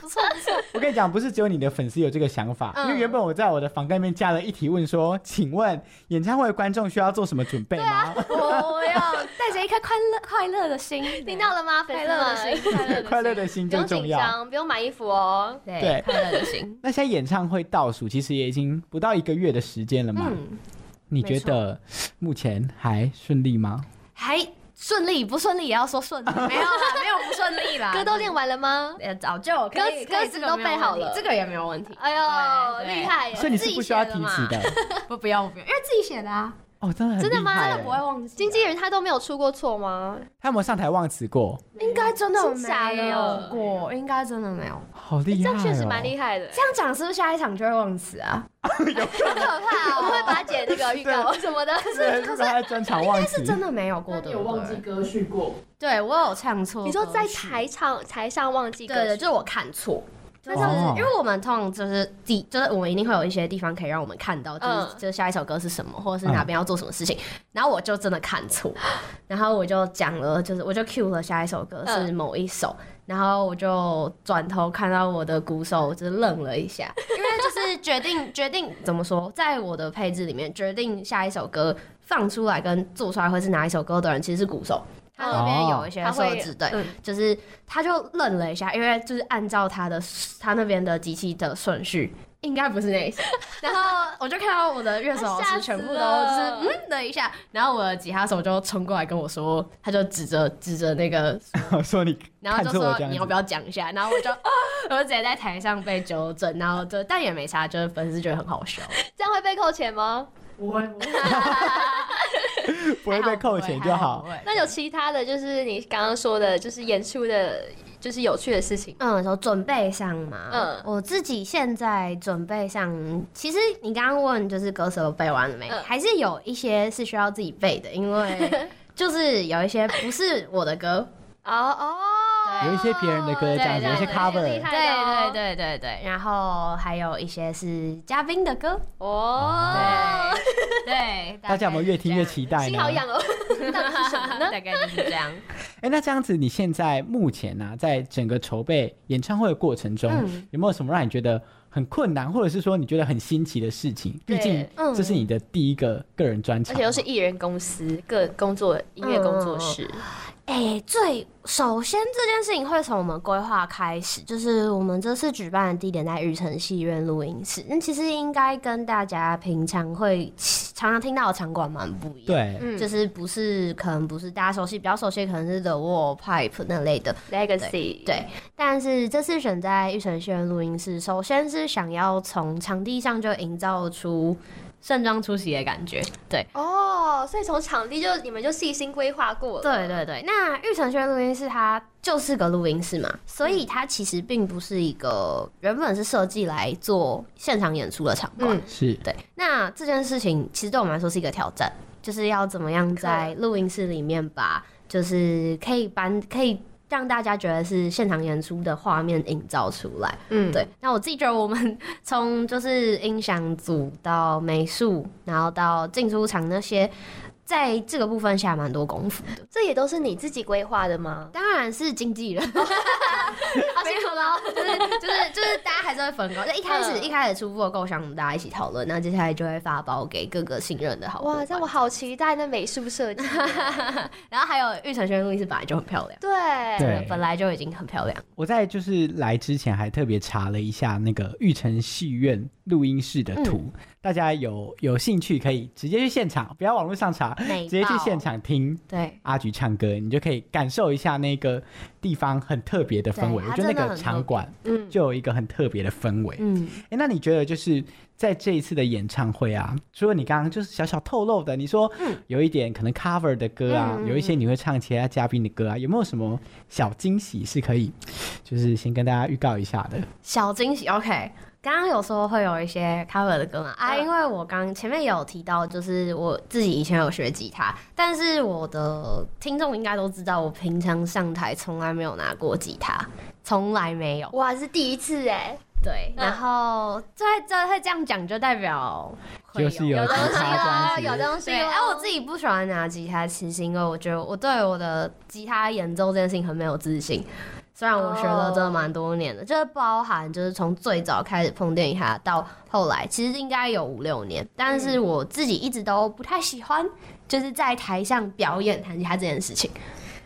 不错不错。
我跟你讲，不是只有你的粉丝有这个想法，
嗯
因为原本我在我的房间里面加了一题问说，请问演唱会观众需要做什么准备吗？
啊我我要带着一颗快乐快乐的心，
听到了吗？粉丝
快乐的
们，
心，快 乐的心，
快乐的心
不
最
用
重
啊
紧
要。
张，不用买衣服哦。
对
对，快乐的心。
那现在演唱会倒数其实也已经不到一个月的时间了嘛，
嗯，
你觉得目前还顺利吗？
还顺利不顺利也要说顺利， 没有啦，没有不顺利 啦。
歌都练完了吗？
呃早就可
歌
以
词
可
歌
以
词
这个
都
没有
背好
问题
了
这个也没有 问题。
哎呦，
对对
厉害耶！
所以你是不需要提
自
词
己写
的
不不用不用，因为自己写的啊，
哦，真的很
真的吗
厉害
真
不会忘记。
经纪人他都没有出过错吗？
他有没有上台忘词过？
应该真的没
没有
有过，应该真的没有。
好
哎
厉
这
害、哦
样确实蛮厉害的。
这样讲是不是下一场就会忘词啊？
好可怕！我们会把姐那个预告什么的，可
对， 可是他在专场忘
应该
词
是，真的没有过的。对不对
歌序过？
对我有唱错歌曲。
你说在台场台上忘记歌
对对，
曲，
就是我看错。就是
哦
因为我们通常就是第，就是我们一定会有一些地方可以让我们看到，就是、
嗯
就是下一首歌是什么，或者是哪边要做什么事情。然后我就真的看错，然后我就讲了，就是我就 cue 了下一首歌
嗯
是某一首，然后我就转头看到我的鼓手就是愣了一下， 因为就是决定 决定怎么说，在我的配置里面决定下一首歌放出来跟做出来会是哪一首歌的人，其实是鼓手。他那边有一些
哦他
设
会
置，对，
嗯
就是他就愣了一下，因为就是按照他的他那边的机器的顺序，应该不是那一首。然后我就看到我的乐手老
吓
师
死
全部都
了
就是嗯了一下，然后我的吉他手就冲过来跟我说，他就指着指着那个，
说你
然后
看
就
错了
说
这样
你要不
子。
要讲一下？然后我就、啊我就直接在台上被纠正，然后就但也没啥，就是粉丝觉得很好笑。
这样会被扣钱吗？
不会被扣钱就好。
还不会
那有其他的就是你刚刚说的，就是演出的，就是有趣的事情吗。
嗯，说准备上嘛，
嗯
嗯，我自己现在准备上，其实你刚刚问就是歌词都背完了没，
嗯
还是有一些是需要自己背的，因 为就是有一些不是我的歌，
哦哦，
有一些别人的歌这样子，有
对
一些
对
cover，
厉害
对
的哦
对对对对，然后还有一些是嘉宾的歌，
哦，
对，
大家有没有越听越
清？
期待呢？
心好痒哦，到底是什么呢？
大概就是这样，
哎、那这样子，你现在目前呢、在整个筹备演唱会的过程中，
嗯
有没有什么让你觉得很困难，或者是说你觉得很新奇的事情？毕
对
竟
嗯
这是你的第一个个人专
而
场嘛，
且又是艺人公司，各工作音乐工作室，
哎、最首先这件事情会从我们规划开始，就是我们这次举办的地点在雨城戏院录音室。那其实应该跟大家平常会常常听到的场馆蛮不一样。。
对，
嗯
就是不是可能不是大家熟悉，比较熟悉可能是 The Wall Pipe 那类的，
Legacy，
对。但是这次选在玉城轩录音室，首先是想要从场地上就营造出盛装出席的感觉，对。
哦，所以从场地就你们就细心规划过了，
对对对，那玉成轩录音室它就是个录音室嘛，所以它其实并不是一个原本是设计来做现场演出的场馆。
嗯
是
对，那这件事情其实对我们来说是一个挑战，就是要怎么样在录音室里面把，就是可以搬可以。让大家觉得是现场演出的画面营造出来，
嗯，
对。那我自己觉得我们 从就是音响组到美术，然后到进出场那些，在这个部分下蛮多功夫。
这也都是你自己规划的吗？
当然是经纪人，好辛苦了哦， 就是就是就是大家还是会分工。就一开始、
嗯
一开始初步的构想，我们大家一起讨论，那接下来就会发包给各个信任的好 伙
哇，
伴
这样我好期待那美术设 计。
然后还有玉成轩录音室本来就很漂亮，
对，
对
本来就已经很漂亮。
我在就是来之前还特别查了一下那个玉成戏院录音室的图，
嗯
大家有有兴趣可以直接去现场，不要网络上查，
美
直接去
爆
现场听
对，
阿菊唱歌，你就可以感受一下那个地方很特别的氛围。
对
我
它
觉得那
真的
个
很
场
特别
馆
嗯，
就有一个很特别的氛围。
嗯，
哎、那你觉得就是在这一次的演唱会啊，除了你刚刚就是小小透露的，你说
嗯
有一点可能 cover 的歌啊，有一些你会唱其他嘉宾的歌啊，有没有什么小惊喜是可以，就是先跟大家预告一下的？
小惊喜。OK，刚刚有说会有一些 cover 的歌嘛？啊，因为我刚前面有提到，就是我自己以前有学吉他，但是我的听众应该都知道，我平常上台从来没有拿过吉他，从来没有。
哇，是第一次哎，
对，然后这这会这样讲，就代表会
就是有
有
吉
东西
他专
哦
辑
有东西
对，
哦。
哎、我自己不喜欢拿吉他，其实是因为我觉得我对我的吉他演奏这件事情很没有自信。虽然我学了真的蛮多年的就是包含就是从最早开始碰电吉他到后来，其实应该有五六年，但是我自己一直都不太喜欢，就是在台上表演弹吉他这件事情。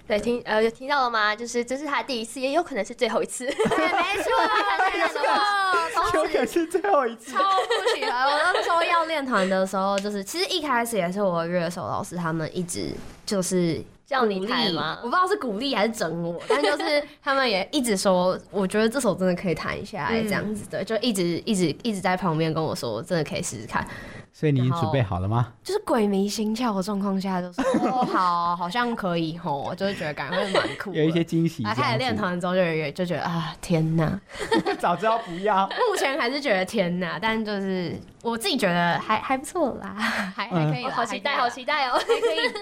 对听呃有听到了吗？就是这是他第一次，也有可能是最后一 次。
对，没错，没错，
就可是最后一次
超不喜欢。我那时候要练团的时候，就是其实一开始也是我的乐手老师他们一直就是
叫你
鼓励
弹吗
我不知道是鼓励还是整我，但就是 他们也一直说，我觉得这首真的可以弹一下、欸，这样
嗯
子对，就一直一直一直在旁边跟我说，真的可以试试看。
所以你准备好了 吗？
就是鬼迷心窍的状况下，就 说哦好，好像可以吼，就是觉得感觉会蛮酷的。
有一些惊喜这
啊，
样子，
开始练团之后就有点就觉得啊，天哪！
早知道不要。
目前还是觉得天呐，但就是我自己觉得还还不错啦，还
嗯
还可以啦、
哦好期待，
还
好
可以
期待哦！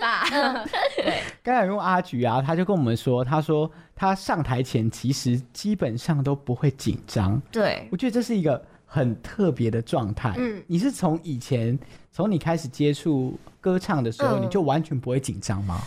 啦还可以 吧？
刚才有用阿菊啊，他就跟我们说，他说他上台前其实基本上都不会紧张，
对，
我觉得这是一个很特别的状态。嗯，你是从以前从你开始接触歌唱的时候，
嗯
你就完全不会紧张吗？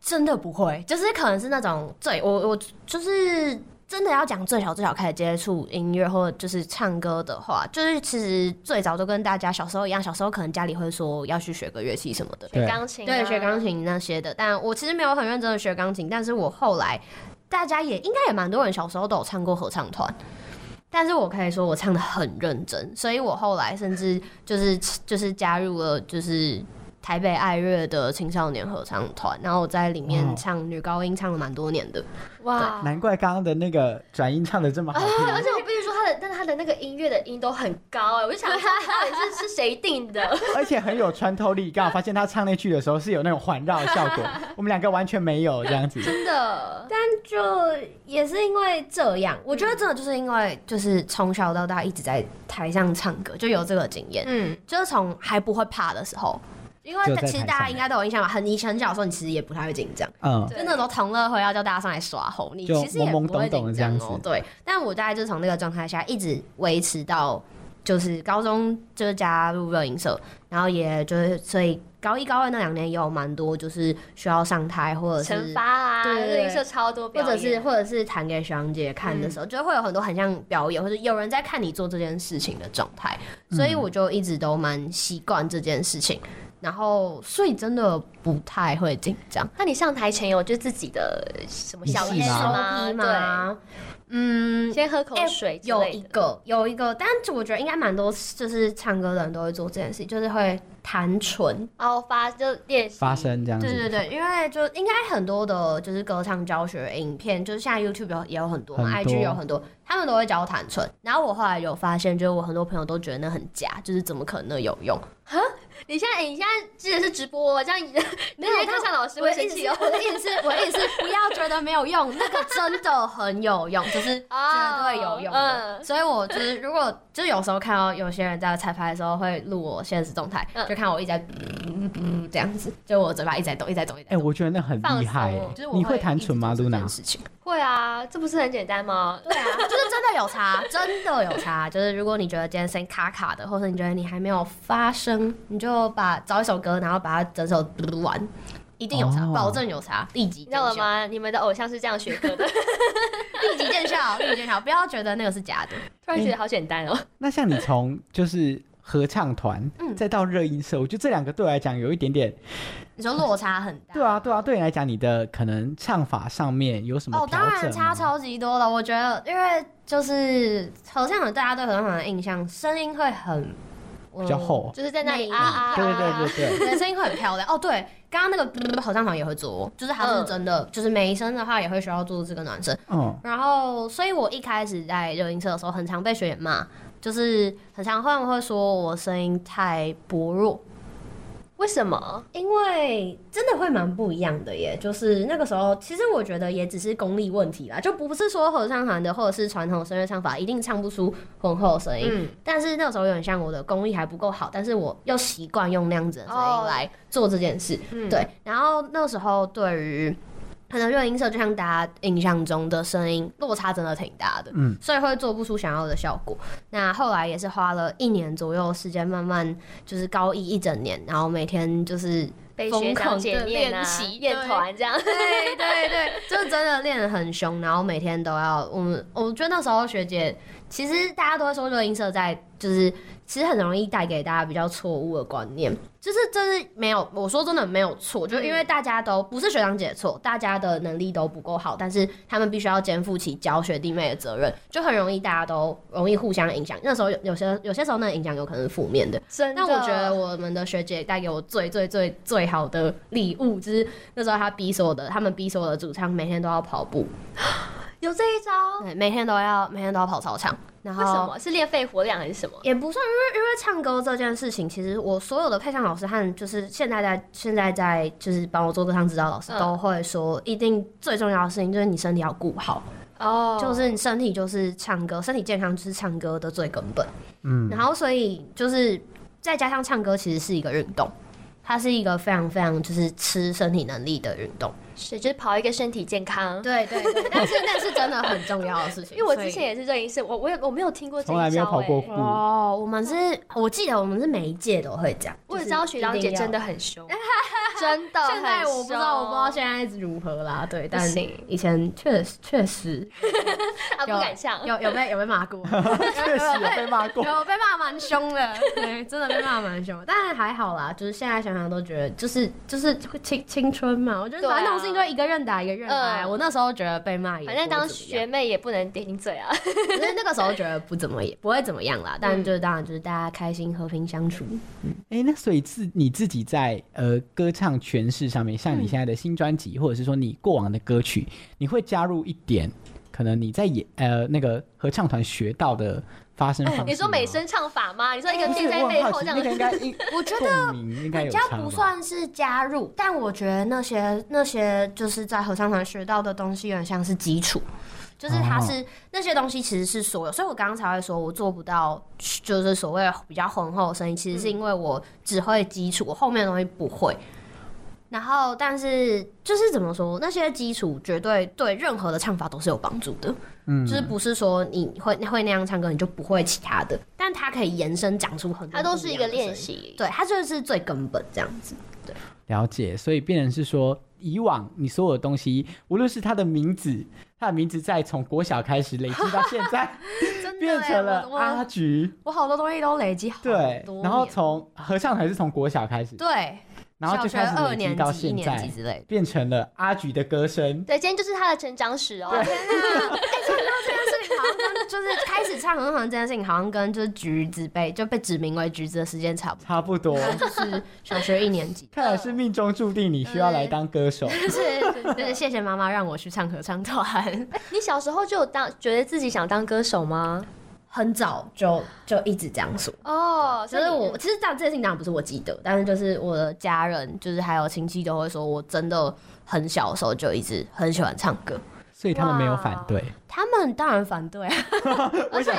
真的不会，就是可能是那种最我我就是真的要讲最小最小开始接触音乐或者就是唱歌的话，就是其实最早都跟大家小时候一样，小时候可能家里会说要去学个乐器什么的，
对
钢琴啊
对，学钢琴那些的。但我其实没有很认真的学钢琴，但是我后来大家也应该也蛮多人小时候都有唱过合唱团。但是我可以说我唱的很认真，所以我后来甚至就是就是加入了就是台北爱乐的青少年合唱团，然后我在里
哇
面唱女高音唱了蛮多年的。
哇。
难怪刚刚的那个转音唱的这么好听。
而且我必须说，他的但他的那个音乐的音都很高哎，我就想说到底是是谁定 的？
而且很有穿透力。刚好发现他唱那句的时候是有那种环绕的效 果，我们两个完全没有这样子。
真的，
就也是因为这样，
嗯
我觉得真的就是因为就是从小到大一直在台上唱歌，就有这个经验。
嗯，
就是从还不会怕的时候，因为
就在
其实
台
大
上
家应该都有印象吧，很你很小的时候，你其实也不太会紧张。
嗯，
对
就那时候同乐会要叫大家上来耍猴，你
就
其实也
懵懵
不会
懂懂的
紧
这样
张
子
哦。对，但我大概就是从那个状态下一直维持到就是高中，就是加入热音社，然后也就是所以高一高二那两年也有蛮多就是需要上台或者
惩
是
罚啊，
对对对
音社超多
或
表
者是
演，
或者是弹给学长姐看的时候，就会有很多很像表演，或者有人在看你做这件事情的状态，所以我就一直都蛮习惯这件事情，然后所以真的不太会紧张。
那你上台前有就自己的什么小
仪
仪
式
式
吗
吗？对，
嗯，
先喝口水之
有
类的
一个有一个，但是我觉得应该蛮多，就是唱歌的人都会做这件事情，就是会弹唇。
哦发就练习
发声这样子。
对对对，因为就应该很多的，就是歌唱教学影片，就是现在 YouTube 有也有很多嘛
很多
，IG 有很多，他们都会教弹唇。然后我后来有发现，就是我很多朋友都觉得那很假，就是怎么可能有 用？
你现在你现在记得是直播哦，这样 没
有
有课上老师
我
会
的
生
意思
气
是，
哦。
我的意思是，我的意思是不要觉得没有用，那个真的很有用， 就是绝对有用的。
哦嗯
所以我就是如果就是有时候看到有些人在彩排的时候会录我现实动态，
嗯
就看我一直在嗯嗯这样子，就我嘴巴一直在动，一直在动，一直
哎，
在动。
我觉得那很
放
厉害
松
哎
哦就是我
你会弹
一直
唇吗
做这件
，Luna？
事情
会啊，这不是很简单 吗？
对啊，就是真的有差，真的有差。就是如果你觉得今天声音卡卡的，或者你觉得你还没有发声，你就把找一首歌，然后把它整首读完，一定有差，
哦
保证有差，立即
你知
见
道了
效。
吗？你们的偶像是这样学歌的，
立即见效，立即见效，不要觉得那个是假的。
突然觉得好简单哦。
那像你从就是合唱团，
嗯
再到热音社，我觉得这两个对我来讲有一点点，
你说落差很大。
对啊，对啊，对你来讲，你的可能唱法上面有什么
哦，
调
当然
整啊
差
吗？
超级多了。我觉得，因为 就是合唱团，大家对合唱团的印象，声音会很
比较。
嗯
厚，
就是在那 里
内
啊啊啊，
对对对对对，
对，声音会很漂亮哦。对，刚刚那个合唱团也会做，就是他是
嗯
真的，就是每一声的话也会需要做这个暖身。
嗯，
然后，所以我一开始在热音社的时候，很常被学姐骂，就是很常他们会说我声音太薄弱，
为什么？
因为真的会蛮不一样的耶，就是那个时候，其实我觉得也只是功力问题啦，就不是说合唱团的或者是传统声乐唱法一定唱不出浑厚的声音，
嗯
但是那个时候有点像我的功力还不够好，但是我又习惯用那样子的声
哦
音来做这件事，
嗯
对，然后那时候对于可能热音社就像大家印象中的声音落差真的挺大的，
嗯
所以会做不出想要的效果。那后来也是花了一年左右的时间，慢慢就是高一一整年，然后每天就是
被
疯
学
狂
长
地
姐念啊
练习，
练
对
团这样。
对对对，就是真的练得很凶，然后每天都要我们，我觉得那时候学姐，其实大家都会说热音社在就是其实很容易带给大家比较错误的观念，就是这是没有，我说真的没有错，就是因为大家都不是学长姐的错，大家的能力都不够好，但是他们必须要肩负起教学弟妹的责任，就很容易大家都容易互相影响。那时候有有些有些时候那个影响有可能是负面的，
真的，
但我觉得我们的学姐带给我最最最最好的礼物，就是那时候她逼所有的，他们逼所有的主唱每天都要跑步，
有这一招，
对，每天都要每天都要跑操场，然后
为什么是练肺活量还是什么？
也不算，因为因为唱歌这件事情，其实我所有的配唱老师和就是现在在现在在就是帮我做歌唱指导老师
嗯
都会说，一定最重要的事情就是你身体要顾好，
哦
就是你身体就是唱歌，身体健康就是唱歌的最根本。
嗯，
然后所以就是再加上唱歌其实是一个运动，它是一个非常非常就是吃身体能力的运动。
是就是跑一个身体健康。
对对 对，但是那是真的很重要的事情，
因为我之前也是这一次，我我也我没有听过这一招、
从
欸，
来没有跑过
所以。
步，
哦，我们是，我记得我们是每一届都会讲。
我
就
只
是
知道学长
一
姐
定要
真的很凶，真 的很凶。
现在我不知道，我不知道现在如何啦。对，但
行
以前确实确实
啊，不敢上。
有有被有被骂过，
欸
确实有被骂 过。
有被骂蛮凶的，对，真的被骂蛮凶的，但还好啦，就是现在想想都觉得，就是就是会青青春嘛，我觉得
对啊
反正那种事情就一个愿打一个愿挨、
嗯
我那时候觉得被骂也不
反
会
正当
怎么样
学，妹也不能顶嘴啊，
只是那个时候觉得不怎么也不会怎么样啦，但就是当然就是大家开心和平相处。
哎，那所以自你自己在呃歌唱诠释上面，像你现在的新专辑，或者是说你过往的歌曲，你会加入一点可能你在演呃那个合唱团学到的发声方式吗？
你说美声唱法吗？你说一个
不是
垫在
我很
背
好
后
奇
这样
那个应该应，
我觉
共鸣应该有
比较
差
不
吧？
算是加入，但我觉得那些那些就是在合唱团学到的东西，有点像是基础，就是它
哦
是、那些东西其实是所有，所以我刚刚才会说我做不到，就是所谓比较浑厚的声音，其实
嗯
是因为我只会基础，我后面的东西不会。然后，但是就是怎么说，那些基础绝对对任何的唱法都是有帮助的。
嗯
就是不是说你会会那样唱歌，你就不会其他的，但它可以延伸讲出很多。
它都是一个练，习。
对，它就是最根本这样子。
了解，所以变成是说，以往你所有的东西，无论是他的名字，他的名字在从国小开始累积到现在，
真的耶
变成了
我
阿
我
菊。
我好多东西都累积好多
对
年，
然后从合唱团是从国小开始，
对，
然后就开
小
始
学二
累积
年
到
级、一
现
年级
在，
之类的。
变成了阿菊的歌声。
对，今天就是他的成长史哦。
这件事情好像跟就是开始唱很好这件事情，好像跟就是橘子被就被指名为橘子的时间差不多，
差不多，。
就是小学一年级
看来是命中注定你需要来当歌手。
就是就是谢谢妈 妈让我去唱合唱团，
你小时候就有当觉得自己想当歌手吗？
很早就就一直这样说。
哦，
所
所
以
以
我
我
其实这这件事情当然不是我记得，但是就是我的家人，就是还有亲戚都会说，我真的很小的时候就一直很喜欢唱歌。
所以他们没有反
哇
对。
他们当然反对啊，
而且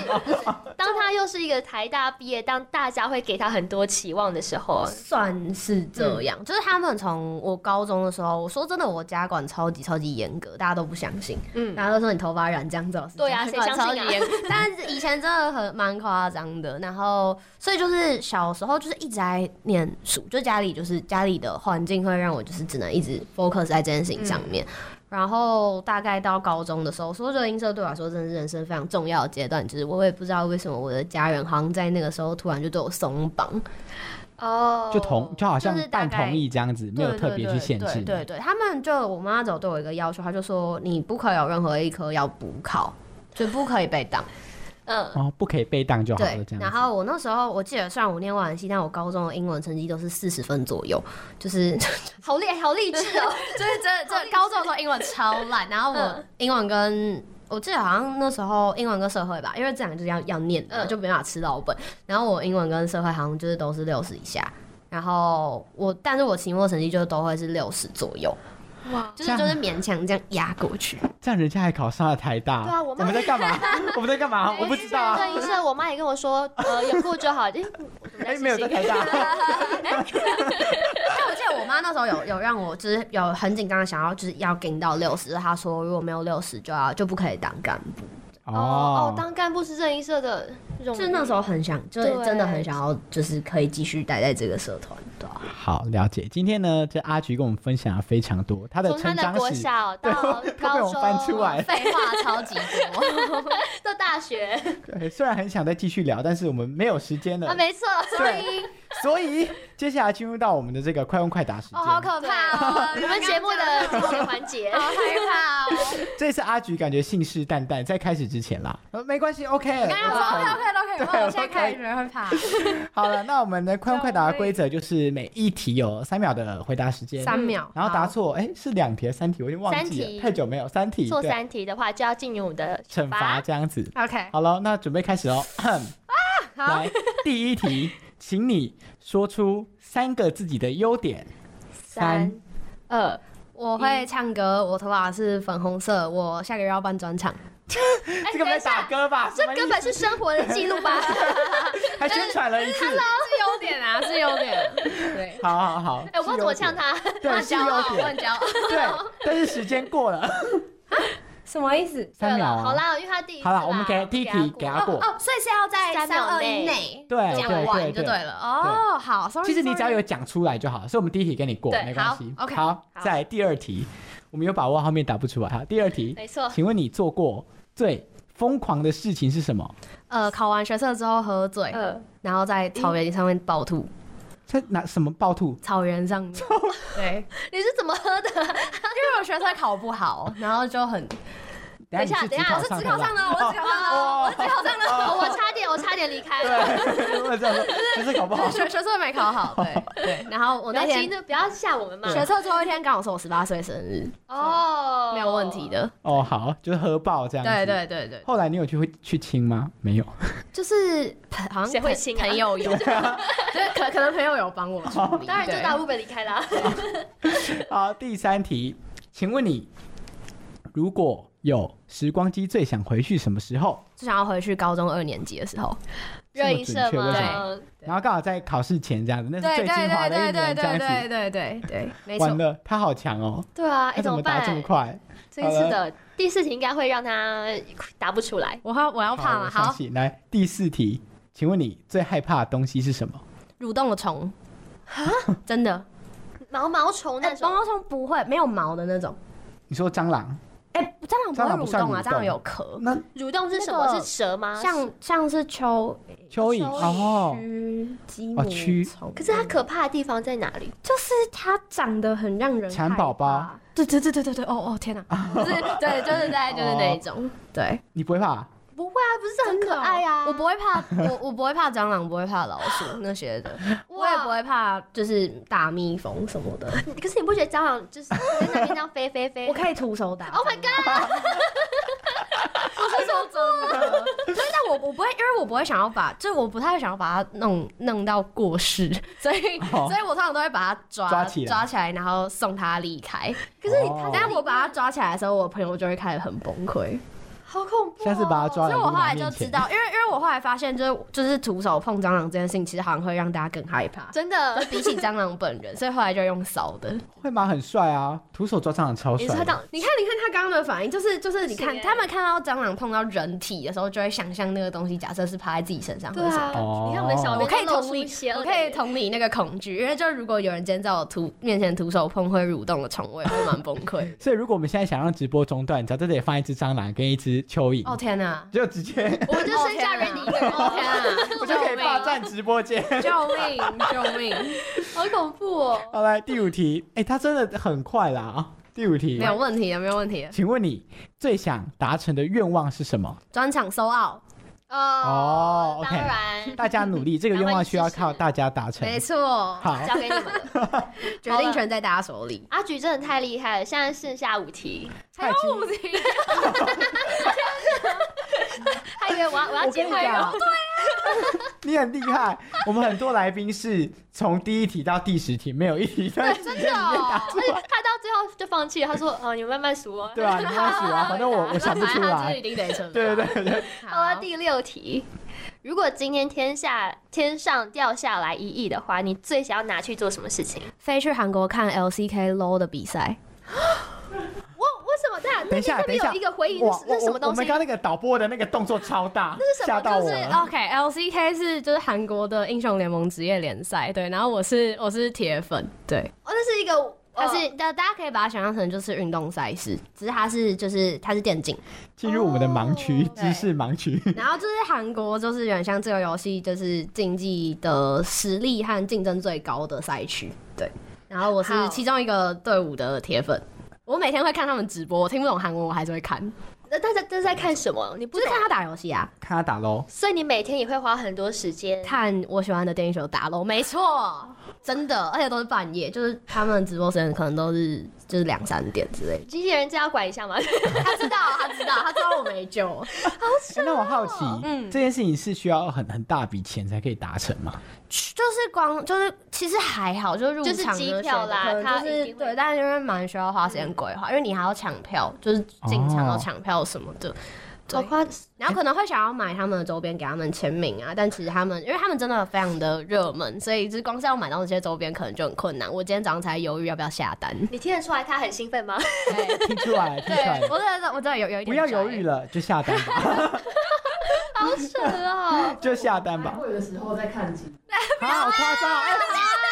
当他又是一个台大毕业，当大家会给他很多期望的时候，啊
算是这样，就是他们从我高中的时候，我说真的，我家管超级超级严格，大家都不相信，
嗯，
大家都说你头发染这样子老师
对啊
家管
谁相信啊
超级严格，但是以前真的很蛮夸张的，然后所以就是小时候就是一直在念书，就家里就是家里的环境会让我就是只能一直 focus 在这件事情上面。然后大概到高中的时候，说热音社对我来说真的是人生非常重要的阶段，就是我也不知道为什么我的家人好像在那个时候突然就对我松绑，
哦，
就同就好像
就是大
半
概
同意这样子，没
对
有特别去限制
对
你。
对对对，他们就我妈走对我一个要求，她就说你不可以有任何一科要补考，就不可以被挡。
嗯，
哦，不可以被当就好了，
对
这，样
然
子。
后我那时候我记得，虽然我念外文系，但我高中的英文成绩都是四十分左右，就是
好励好励志哦，
就是这这高中的时候英文超烂，然后我
嗯
英文跟我记得好像那时候英文跟社会吧，因为这两个就是要要念的，
嗯
就没办法吃老本。然后我英文跟社会好像就是都是六十以下，然后我但是我期末成绩就都会是六十左右。
哇，
就是就是勉强这样压过去，
这样人家还考上了台大，
对啊我妈
们在干嘛？我们在干 嘛？我不知道啊。
这一次我妈也跟我 说，呃，有过就好， 哎，
哎，没有在台 大，
但我记得我妈那时候有有让我就是有很紧张的想要就是要跟到六十，她说如果没有六十就要就不可以当干部，
哦哦，当干部是正一社的荣
就是
誉
那时候很想就是
对
真的很想要就是可以继续待在这个社团，对啊
好了解。今天呢，这阿菊跟我们分享了非常多他的
从他
成
的
长
国
史，
小
对
到
都被
高
我翻出
中
来
废话超级多，
到大学，
对，虽然很想再继续聊，但是我们没有时间了。
啊，没错，所以
对，所以接下来进入到我们的这个快问快答时间。
哦好可怕哦，
我们节目的最后一个环节，
好害怕哦，
这次阿菊感觉信誓旦旦，在开始之前啦，呃没关系，OK，
刚
我可以
刚说 OK 都可以，
对
我现在开始觉得会怕，
好了，那我们的快问快答的规则就是每一题有三秒的回答时间，
三秒，
然后答
好
错，哎，是两题还是三题？我已经忘
三
记
题
了，太久没有三题，
做
对
三题的话就要进入我们的
惩罚这样子。
OK，
好了，那准备开始哦。
好
来，第一题，请你说出三个自己的优点。
三二。
呃我会唱歌，我头发是粉红色，我下个月要办专场。
这个不
哎等
是
一下
打歌吧？
这
什么意
根本是生活的记 录吧？
思还宣传了一次。
是优点 啊，是优点。对，
好好好，
哎、我不知道怎么
是优
呛
点，
他。
对，是优
我
点
很，骄傲。
对，但是时间过 了
什么意思？
三秒
对
哦。
了好啦，因为他第一次
好啦
啦
我们给第一题给他过
哦，所以是要在
三
三
秒
二
内
一内
对
讲
对对
完就对
对。
了。哦，好，sorry，
其实你只要
sorry
有讲出来就好，所以我们第一题给你过，
对
没关系。
好，OK，
好，再来第二题，我们有把握后面答不出来。好，第二题，
没错，
请问你做过最疯狂的事情是什么？
呃考完学测之后喝醉，
呃，
然后在草原上面暴吐，
在哪什么暴吐？
草原上面。对，因
你是怎么喝的？
为我学测考不好，然后就 很
等下，
等一下
你是
只
职
考
考
上
上
了，我只考上了。
哦，
哦我差点，我差点离开了。
对， 我这样说，只是搞 不好
学学测没考好，对对，然后我
我
那
担
天
心就不要吓我们嘛。
学测最后一天刚好是我十八岁生日，
哦，
没有问题。的。
哦，好，就是喝爆这样。
对。对对对，
后来你有去会去亲吗？没有。
就是朋好像
谁会
朋
亲啊
朋友 有，就是可可能朋友有帮我处理。
当然就
对
到日本离开啦。
好，第三题，请问你如果有时光机，最想回去什么时候？
就想要回去高中二年级的时 候。
这
热
么
映
准
社
确为什么
吗？
然后刚好在考试前这样子，那是最精华的一年这样子。
对对 对，没错
完。了，他好强哦！
对啊，哎，
他怎
怎
么
办
答？这么快？
这一次的第四题应该会让他答不出来。
我要我要怕
我
嘛？
相
好，
信。来第四题，请问你最害怕的东西是什么？
蠕动的虫。 真的，
毛毛虫那
哎，毛
种，
毛虫不会没有毛的那种。
你说蟑螂？
哎，蟑
蟑
螂
螂
不
不
会蠕
算
动啊，
蠕
蟑螂
动
有壳，
那
蠕动是什
那
么？
个
是蛇吗？
像像是蚯
蚯蚓
蚯蚓
哦，
蚓、鸡
哦蛆
母虫。
可是它可怕的地方在哪里？
就是它长得很让人
蚕宝宝
害怕。对对对对对对，哦哦天哪，就是对，就是在就是那一种，对，
哦你不会怕？
不会啊，不是很可爱啊。
我不会怕，我我不会怕蟑螂，不会怕老鼠那些 的，我也不会怕就是大蜜蜂什么的，
可是你不觉得蟑螂就是在那边这样飞 飞飞？
我
哦
可以徒手打。
Oh my god！
不是说真的，但
我我不会，因为我不会想要把，就是我不太想要把它弄弄到过世， 所以、
哦
所以我通常都会把它抓
抓起来
抓起来，然后送他离开。
可是你
哦
但
但哎我把它抓起来的时候，我朋友就会开始很崩溃。
好恐怖哦。
下次把它抓
所
来
以
露
我后
娜
来就
面
知
前。
道，因为因为我后来发现，就是就是徒手碰蟑螂这件事情，其实好像会让大家更害怕。
真的
就，比起蟑螂本人，所以后来就用扫的。
会吗？很帅啊，徒手抓蟑螂超
也
帅
是他
的。
当
你看，你看他刚刚的反应，就是就是，你
是
看
耶
他们看到蟑螂碰到人体的时候，就会想象那个东西，假设是趴在自己身上，
对
或者什么
啊，
哦。
你看我们小
我
编
可以
都露
同
出
理
邪，恶
我
的
可以
脸
同理那个恐惧，因为就如果有人今天在我徒面前徒手碰会蠕动的虫，我也会蛮崩溃
所以如果我们现在想让直播中断，你知道这里放一只蟑螂跟一只蚯蚓，
哦天哪！
就直 接
我们就剩下 r a 一个人，
哦天哪！
我就可以霸占直播间。
救命！救命！
好恐怖 哦！
好来第五题，哎、他真的很快啦啊！第五题
没，有问题的，没有问题啊的。
请问你最想达成的愿望是什么？
专场收澳，
哦
哦，
，OK
当然，
大家努力，这个愿望需要靠大家达成。
没错，
好，
交给你们 了。
决定权在大家手里。
阿菊真的太厉害了，现在剩下五 题，
还有
不行，
他以为我要我要
我
接
跟你
外
讲
容，，
啊
你很厉害。我们很多来宾是从第一题到第十题没有一题在里面答出
哦而且
来，
他到最后就放弃了，他说：“哦，你们慢慢数哦。
对啊，你要数啊，反正我我想不出
这一
来。
定得啊成。
对对对对，”
好了，第六题，如果今天天下天上掉下来一亿的话，你最想要拿去做什么事情？
飞去韩国看 LCK LOW 的比赛，
我我什么的？
等一下
那
等一
边
下
有一个回应，
哇
那，是
我
那是什
我
么
我
东
们
西？
刚刚那个导播的那个动作超大，
那是什么
吓到我
就是哦
了。
OK，LCK 是就是韩国的英雄联盟职业联赛，对，然后我是我是铁粉，对，
哦，那是一个，
它
啊
它
是大大家可以把它想象成就是运动赛事，只是它是就是它是电竞，
进入我们的盲区，
哦
对
知识盲区。
然后就是韩国就是有点像这个游戏就是竞技的实力和竞争最高的赛区，对，然后我是
好
其中一个队伍的铁粉。我每天会看他们直播，我听不懂韩文，我还是会看，
那大家都在看什么？你不
就是
懂
看他打游戏啊，
看他打喽，
所以你每天也会花很多时 间。
看我喜欢的电影球打咯，没错，真的，而且都是半夜，就是他们直播时间可能都是就是两三点之类的。
经纪人这要管一下 吗？
他知道，他知道，他知道我没救。
啊
哎那我好奇，
嗯
这件事情是需要很很大笔钱才可以达成 吗？
就是光就是其实还好，就是入
就是
场
机
的
票啦
选择可能
他一
就是
定会
对，但是因为蛮需要花时间规划，因为你还要抢票，就是进场要
哦
抢票什么的。
好
对，
夸
然后可能会想要买他们的周边给他们签名啊，但其实他们因为他们真的非常的热门，所以就是光是要买到这些周边可能就很困难。我今天早上才犹豫要不要下单。
你听得出来他很兴 奋吗？
听出来，听出来
对，，我真的我真的有有一点
不要犹豫
了。
了，就下单 吧，
好扯哦！
就下单吧。
有的时候在看直
啊，好夸张！哎，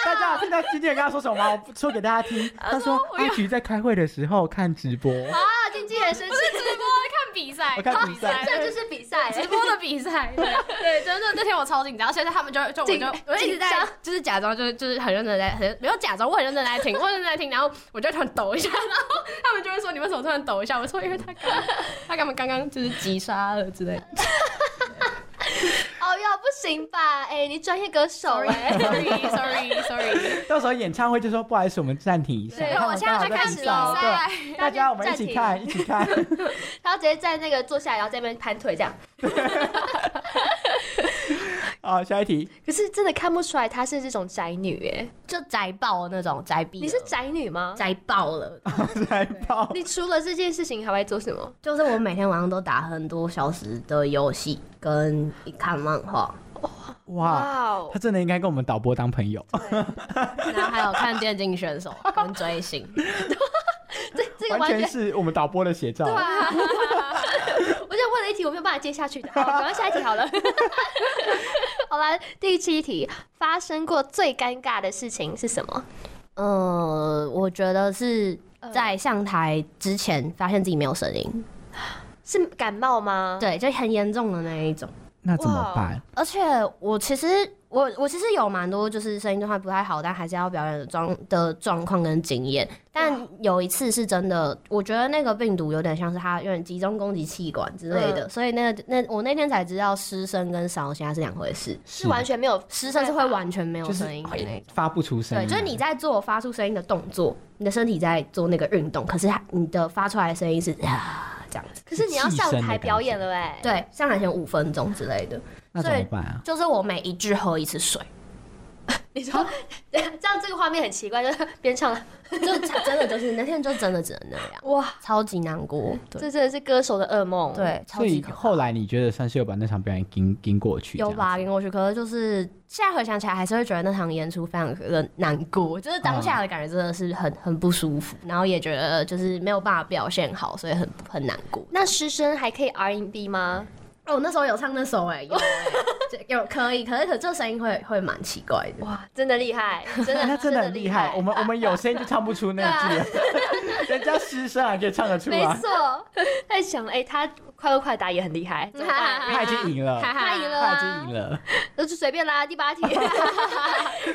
大家有听到经纪人刚刚说什么吗？我说给大家听，他说阿菊在开会的时候看直播，
啊，经纪人生气，
看比赛
我看比赛
这就是比赛。欸
直播的比赛，对对，真的那天我超紧张，现在他们就就我
紧
就我一直在
紧张
就是假装就是就是很认真地在很没有假装，我很认真地在听，我很认真地在听，然后我就突然抖一下，然后他们就会说你为什么突然 抖一下？我说因为他刚他他们刚刚就是急刹了之类的。
哦哟，不行吧？哎，你专业歌手 哎。
Sorry，Sorry，Sorry，
到时候演唱会就说不好意思，我们暂停一下。
对
他
我
们
现在
刚好
在
在
看
比
比
赛，对，
赛，
大家我们一起看，一起看。
他直接在那个坐下来，然后在那边盘腿这样。
好，下一 题，
可是真的看不出来她是这种宅女哎。
就宅爆那种宅逼，
你是宅女吗？
宅爆了，
来报
你除了这件事情还会做什么？
就是我每天晚上都打很多小时的游戏跟看漫画。
哇。
哦
他！真的应该跟我们导播当朋友，
然后还有看电竞选手跟追 星，
这这个
完
完
全
全
是我们导播的写照。
啊
哇！我就问了一题，我没有办法接下去的。好，赶快下一题好 了。好了，第七题，发生过最尴尬的事情是什么？
呃，我觉得是
呃
在上台之前发现自己没有声音，
是感冒吗？，
对，就很严重的那一种。
那怎么办？
而且我其实我我其实有蛮多就是声音状态不太好，但还是要表演的状的状况跟经验。但有一次是真的，我觉得那个病毒有点像是它有点集中攻击气管之类
嗯
的，所以那个那我那天才知道失声跟烧瞎哦是两回事。
是完全没有
失声是会完全没有
就是
声音的那种。
发不出声
对，
音，啊
就是你在做发出声音的动作，你的身体在做那个运动，可是它你的发出来的声音是啊这样子。
可是你要上台表演了哎、，
对，上台前五分钟之类的，
那怎么办啊？
就是我每一句喝一次水，
你说 这样这个画面很奇怪，就是边唱
就真的就是那天就真的只能那样，
哇，
超级难过。对
这真的是歌手的噩梦。，
对，超
所
级
以
可怕
后来你觉得算是有把那场表演跟跟过去？
有吧，
这样子？
跟过去，可是就是现在回想起来，还是会觉得那场演出非常的难过，就是当下的感觉真的是很很不舒服，然后也觉得就是没有办法表现好，所以很很难过。
那师生还可以 R&B 吗？
哦，我那时候有唱那首哎、有哎、这有可以，可是可这声音会会蛮奇怪的。
哇，真的厉 害，真的
那真的很厉害，我们我们有声音就唱不出那句
啊
了， 人家师生还可以唱得 出
没
来，
错，太强了！哎、他快问快答也很厉 害，怎么
啊
办
他已经赢了，
他赢了
他已
啊
经赢，了。
那就随便啦。第八题，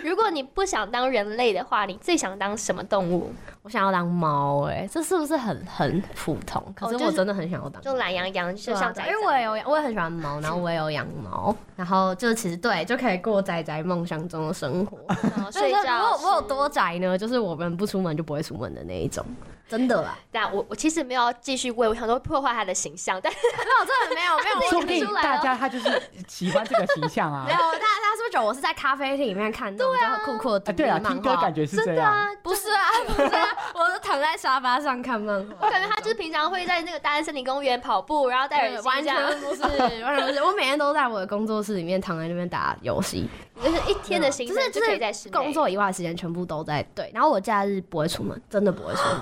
如果你不想当人类的话，你最想当什么动物？
我想要当猫哎、这是不是很很普通？可哦是
就是
我真的很想要当猫。
就懒洋洋，就像
对
宅
啊
宅
因为我也有养，我也很喜欢猫，然后我也有养猫，然后就其实对，就可以过宅宅梦想中的生 活。
嗯睡
但是
觉
我
是。
我有多宅呢？就是我们不出门就不会出门的那一种，真的 啦。
但我我其实没有要继续问，我想说破坏他的形象， 但
那我真的没有没有
说不定大家他就是喜欢这个形象啊
没有，。大家大家是不是觉得我是在咖啡厅里面看那种叫酷酷的独
啊，
立
对啊，
漫画？
听歌感觉是这样。
不是啊，不是啊，我是躺在沙发上看漫画
我。感觉他就是平常会在那个大安森林公园跑步，然后戴耳
对
机
完
这样，
全 不是，完全不是。我每天都在我的工作室里面躺在那边打游戏，
就是一天的行
就
程
是
就
就
可以在室
是
内
工作以外的时间全部都在对。然后我假日不会出门，真的不会出门。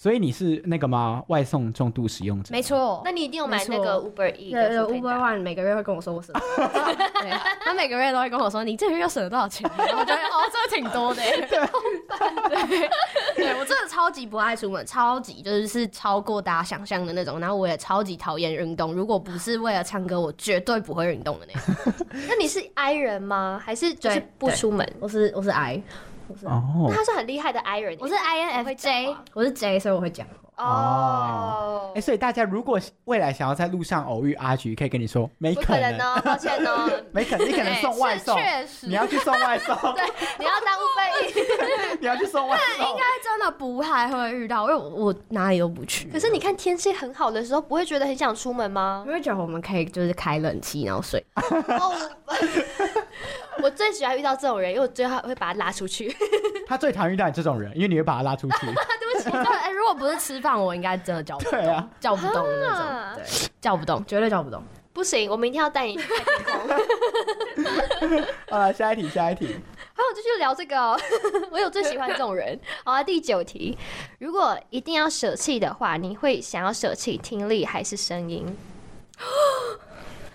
所以你是那个吗？外送重度使用者？
没错，
那你一定有买那个 Uber E
对对
的 foodpanda
，Uber One 每个月会跟我说我省了多少钱， 对他每个月都会跟我说你这个月又省了多少 钱，然后我觉得哦，这个挺多 的耶，对，对我真的超级不爱出门，超级就是是超过大家想象的那种，然后我也超级讨厌运动，如果不是为了唱歌，我绝对不会运动的那种，
那你是 I 人吗？还是就是
对
不出门？
我是我是 I，
哦
那，他是很厉害的 I 人，
我是 INFJ，我是 J，所以我哦会讲话。
哦
哎、。所以大家如果未来想要在路上偶遇阿菊，可以跟你说没
不可能哦，抱歉哦，
没可能，你可能送外送，
确实
你要去送外送，
你要当 Uber E，
你要去送外送。
但真的不太会遇到，因为我我哪里都不去。
可是你看天气很好的时候，不会觉得很想出门吗
你？会觉得我们可以就是开冷气然后睡
哦，我我最喜欢遇到这种人，因为我最后会把他拉出去。
他最常遇到你这种人，因为你会把他拉出去。
对，哎、如果不是吃饭，我应该真的叫不动，
对啊
叫不动的
啊
那种，对，叫不动，绝对叫不动。
不行，我明天要带你去看天空。
好了，呃下一题，下一题。
好，我继续聊这个、哦。 我有最喜欢这种人。好啊，第九题，如果一定要舍弃的话，你会想要舍弃听力还是声 音？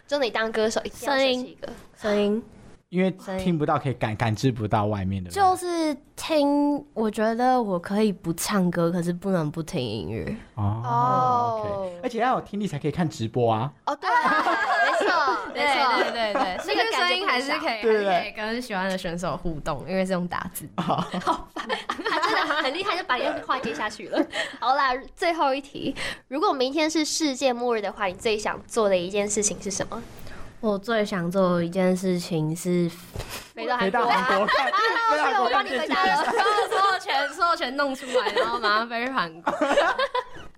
就你当歌手一定要舍弃一个，
声音
因为
所以
听不到，可以感感知不到外面的人。
就是听，我觉得我可以不唱歌，可是不能不听音乐。
哦
哦
OK 而且要有听力才可以看直播啊。
哦，对啊，没错，没错，
对对，
那个感觉不一样
可以，
对对对
还是可以跟喜欢的选手互动，因为是用打字。
他真的很厉害，就把你话接下去了。 好啦，最后一题，如果明天是世界末日的话，你最想做的一件事情是什么？
我最想做的一件事情是，
飞到
回
韩国
到
啊，
韩国看，飞到韩国
我
看
帮你回
电视
答 了。
所有权所有权弄出来，然后马上飞去韩国，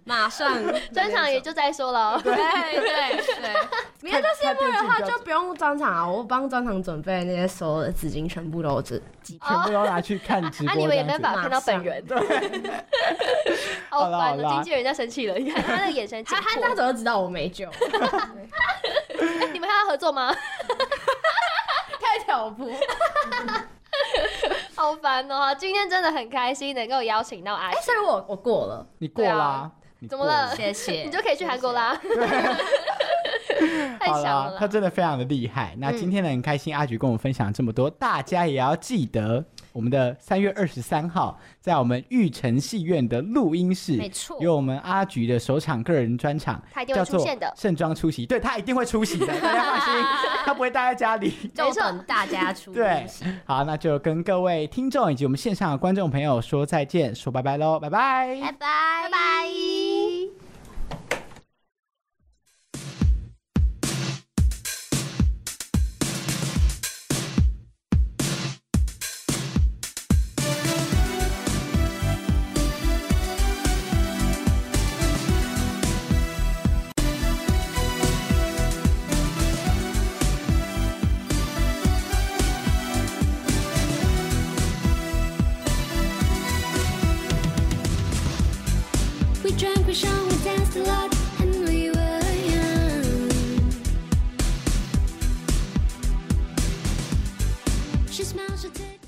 马上
专场也就再说了哦。
对对对，明天就世界末日的话， 就不用专场啊！我帮专场准备的那些所有的纸巾，全部都是纸巾。
全部都拿去看直播。
啊，你们也
这
没
样
办
子
法看到本人，好
好啦
烦
好
哦！
啦
经纪人在生气了，你看他那个眼神紧
他他他
迫。
怎么知道我没救？
哎你们还要合作吗？
太挑拨。
好烦哦！今天真的很开心能够邀请到阿
哎，
雪，
所以我我过了，
你过啦，你
怎
过
么了
谢谢。
你就可以去韩国啦。 太
好
强
啦
了，
他
啦！
真的非常的厉害。那今天呢，很开心阿菊跟我们分享这么多，大家也要记得我们的三月二十三号，在我们玉成戏院的录音室，
没错
有我们阿菊的首场个人专场，
他一定会
叫做
出现的
盛装出席，对他一定会出席的，大家放心，他不会待在家里。
就等大家出
对
游戏，
好，那就跟各位听众以及我们线上的观众朋友说再见，说拜拜喽，拜拜。
拜拜拜。
「 We drank, we sang, we danced a lot, and we were young. She smiled, she did.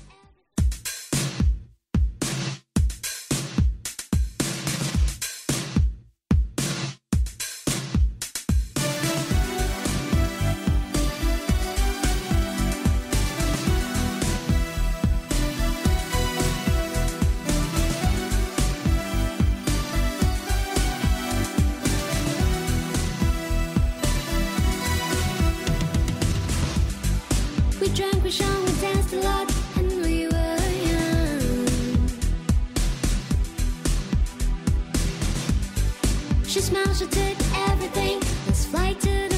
'Cause fly to the Oh,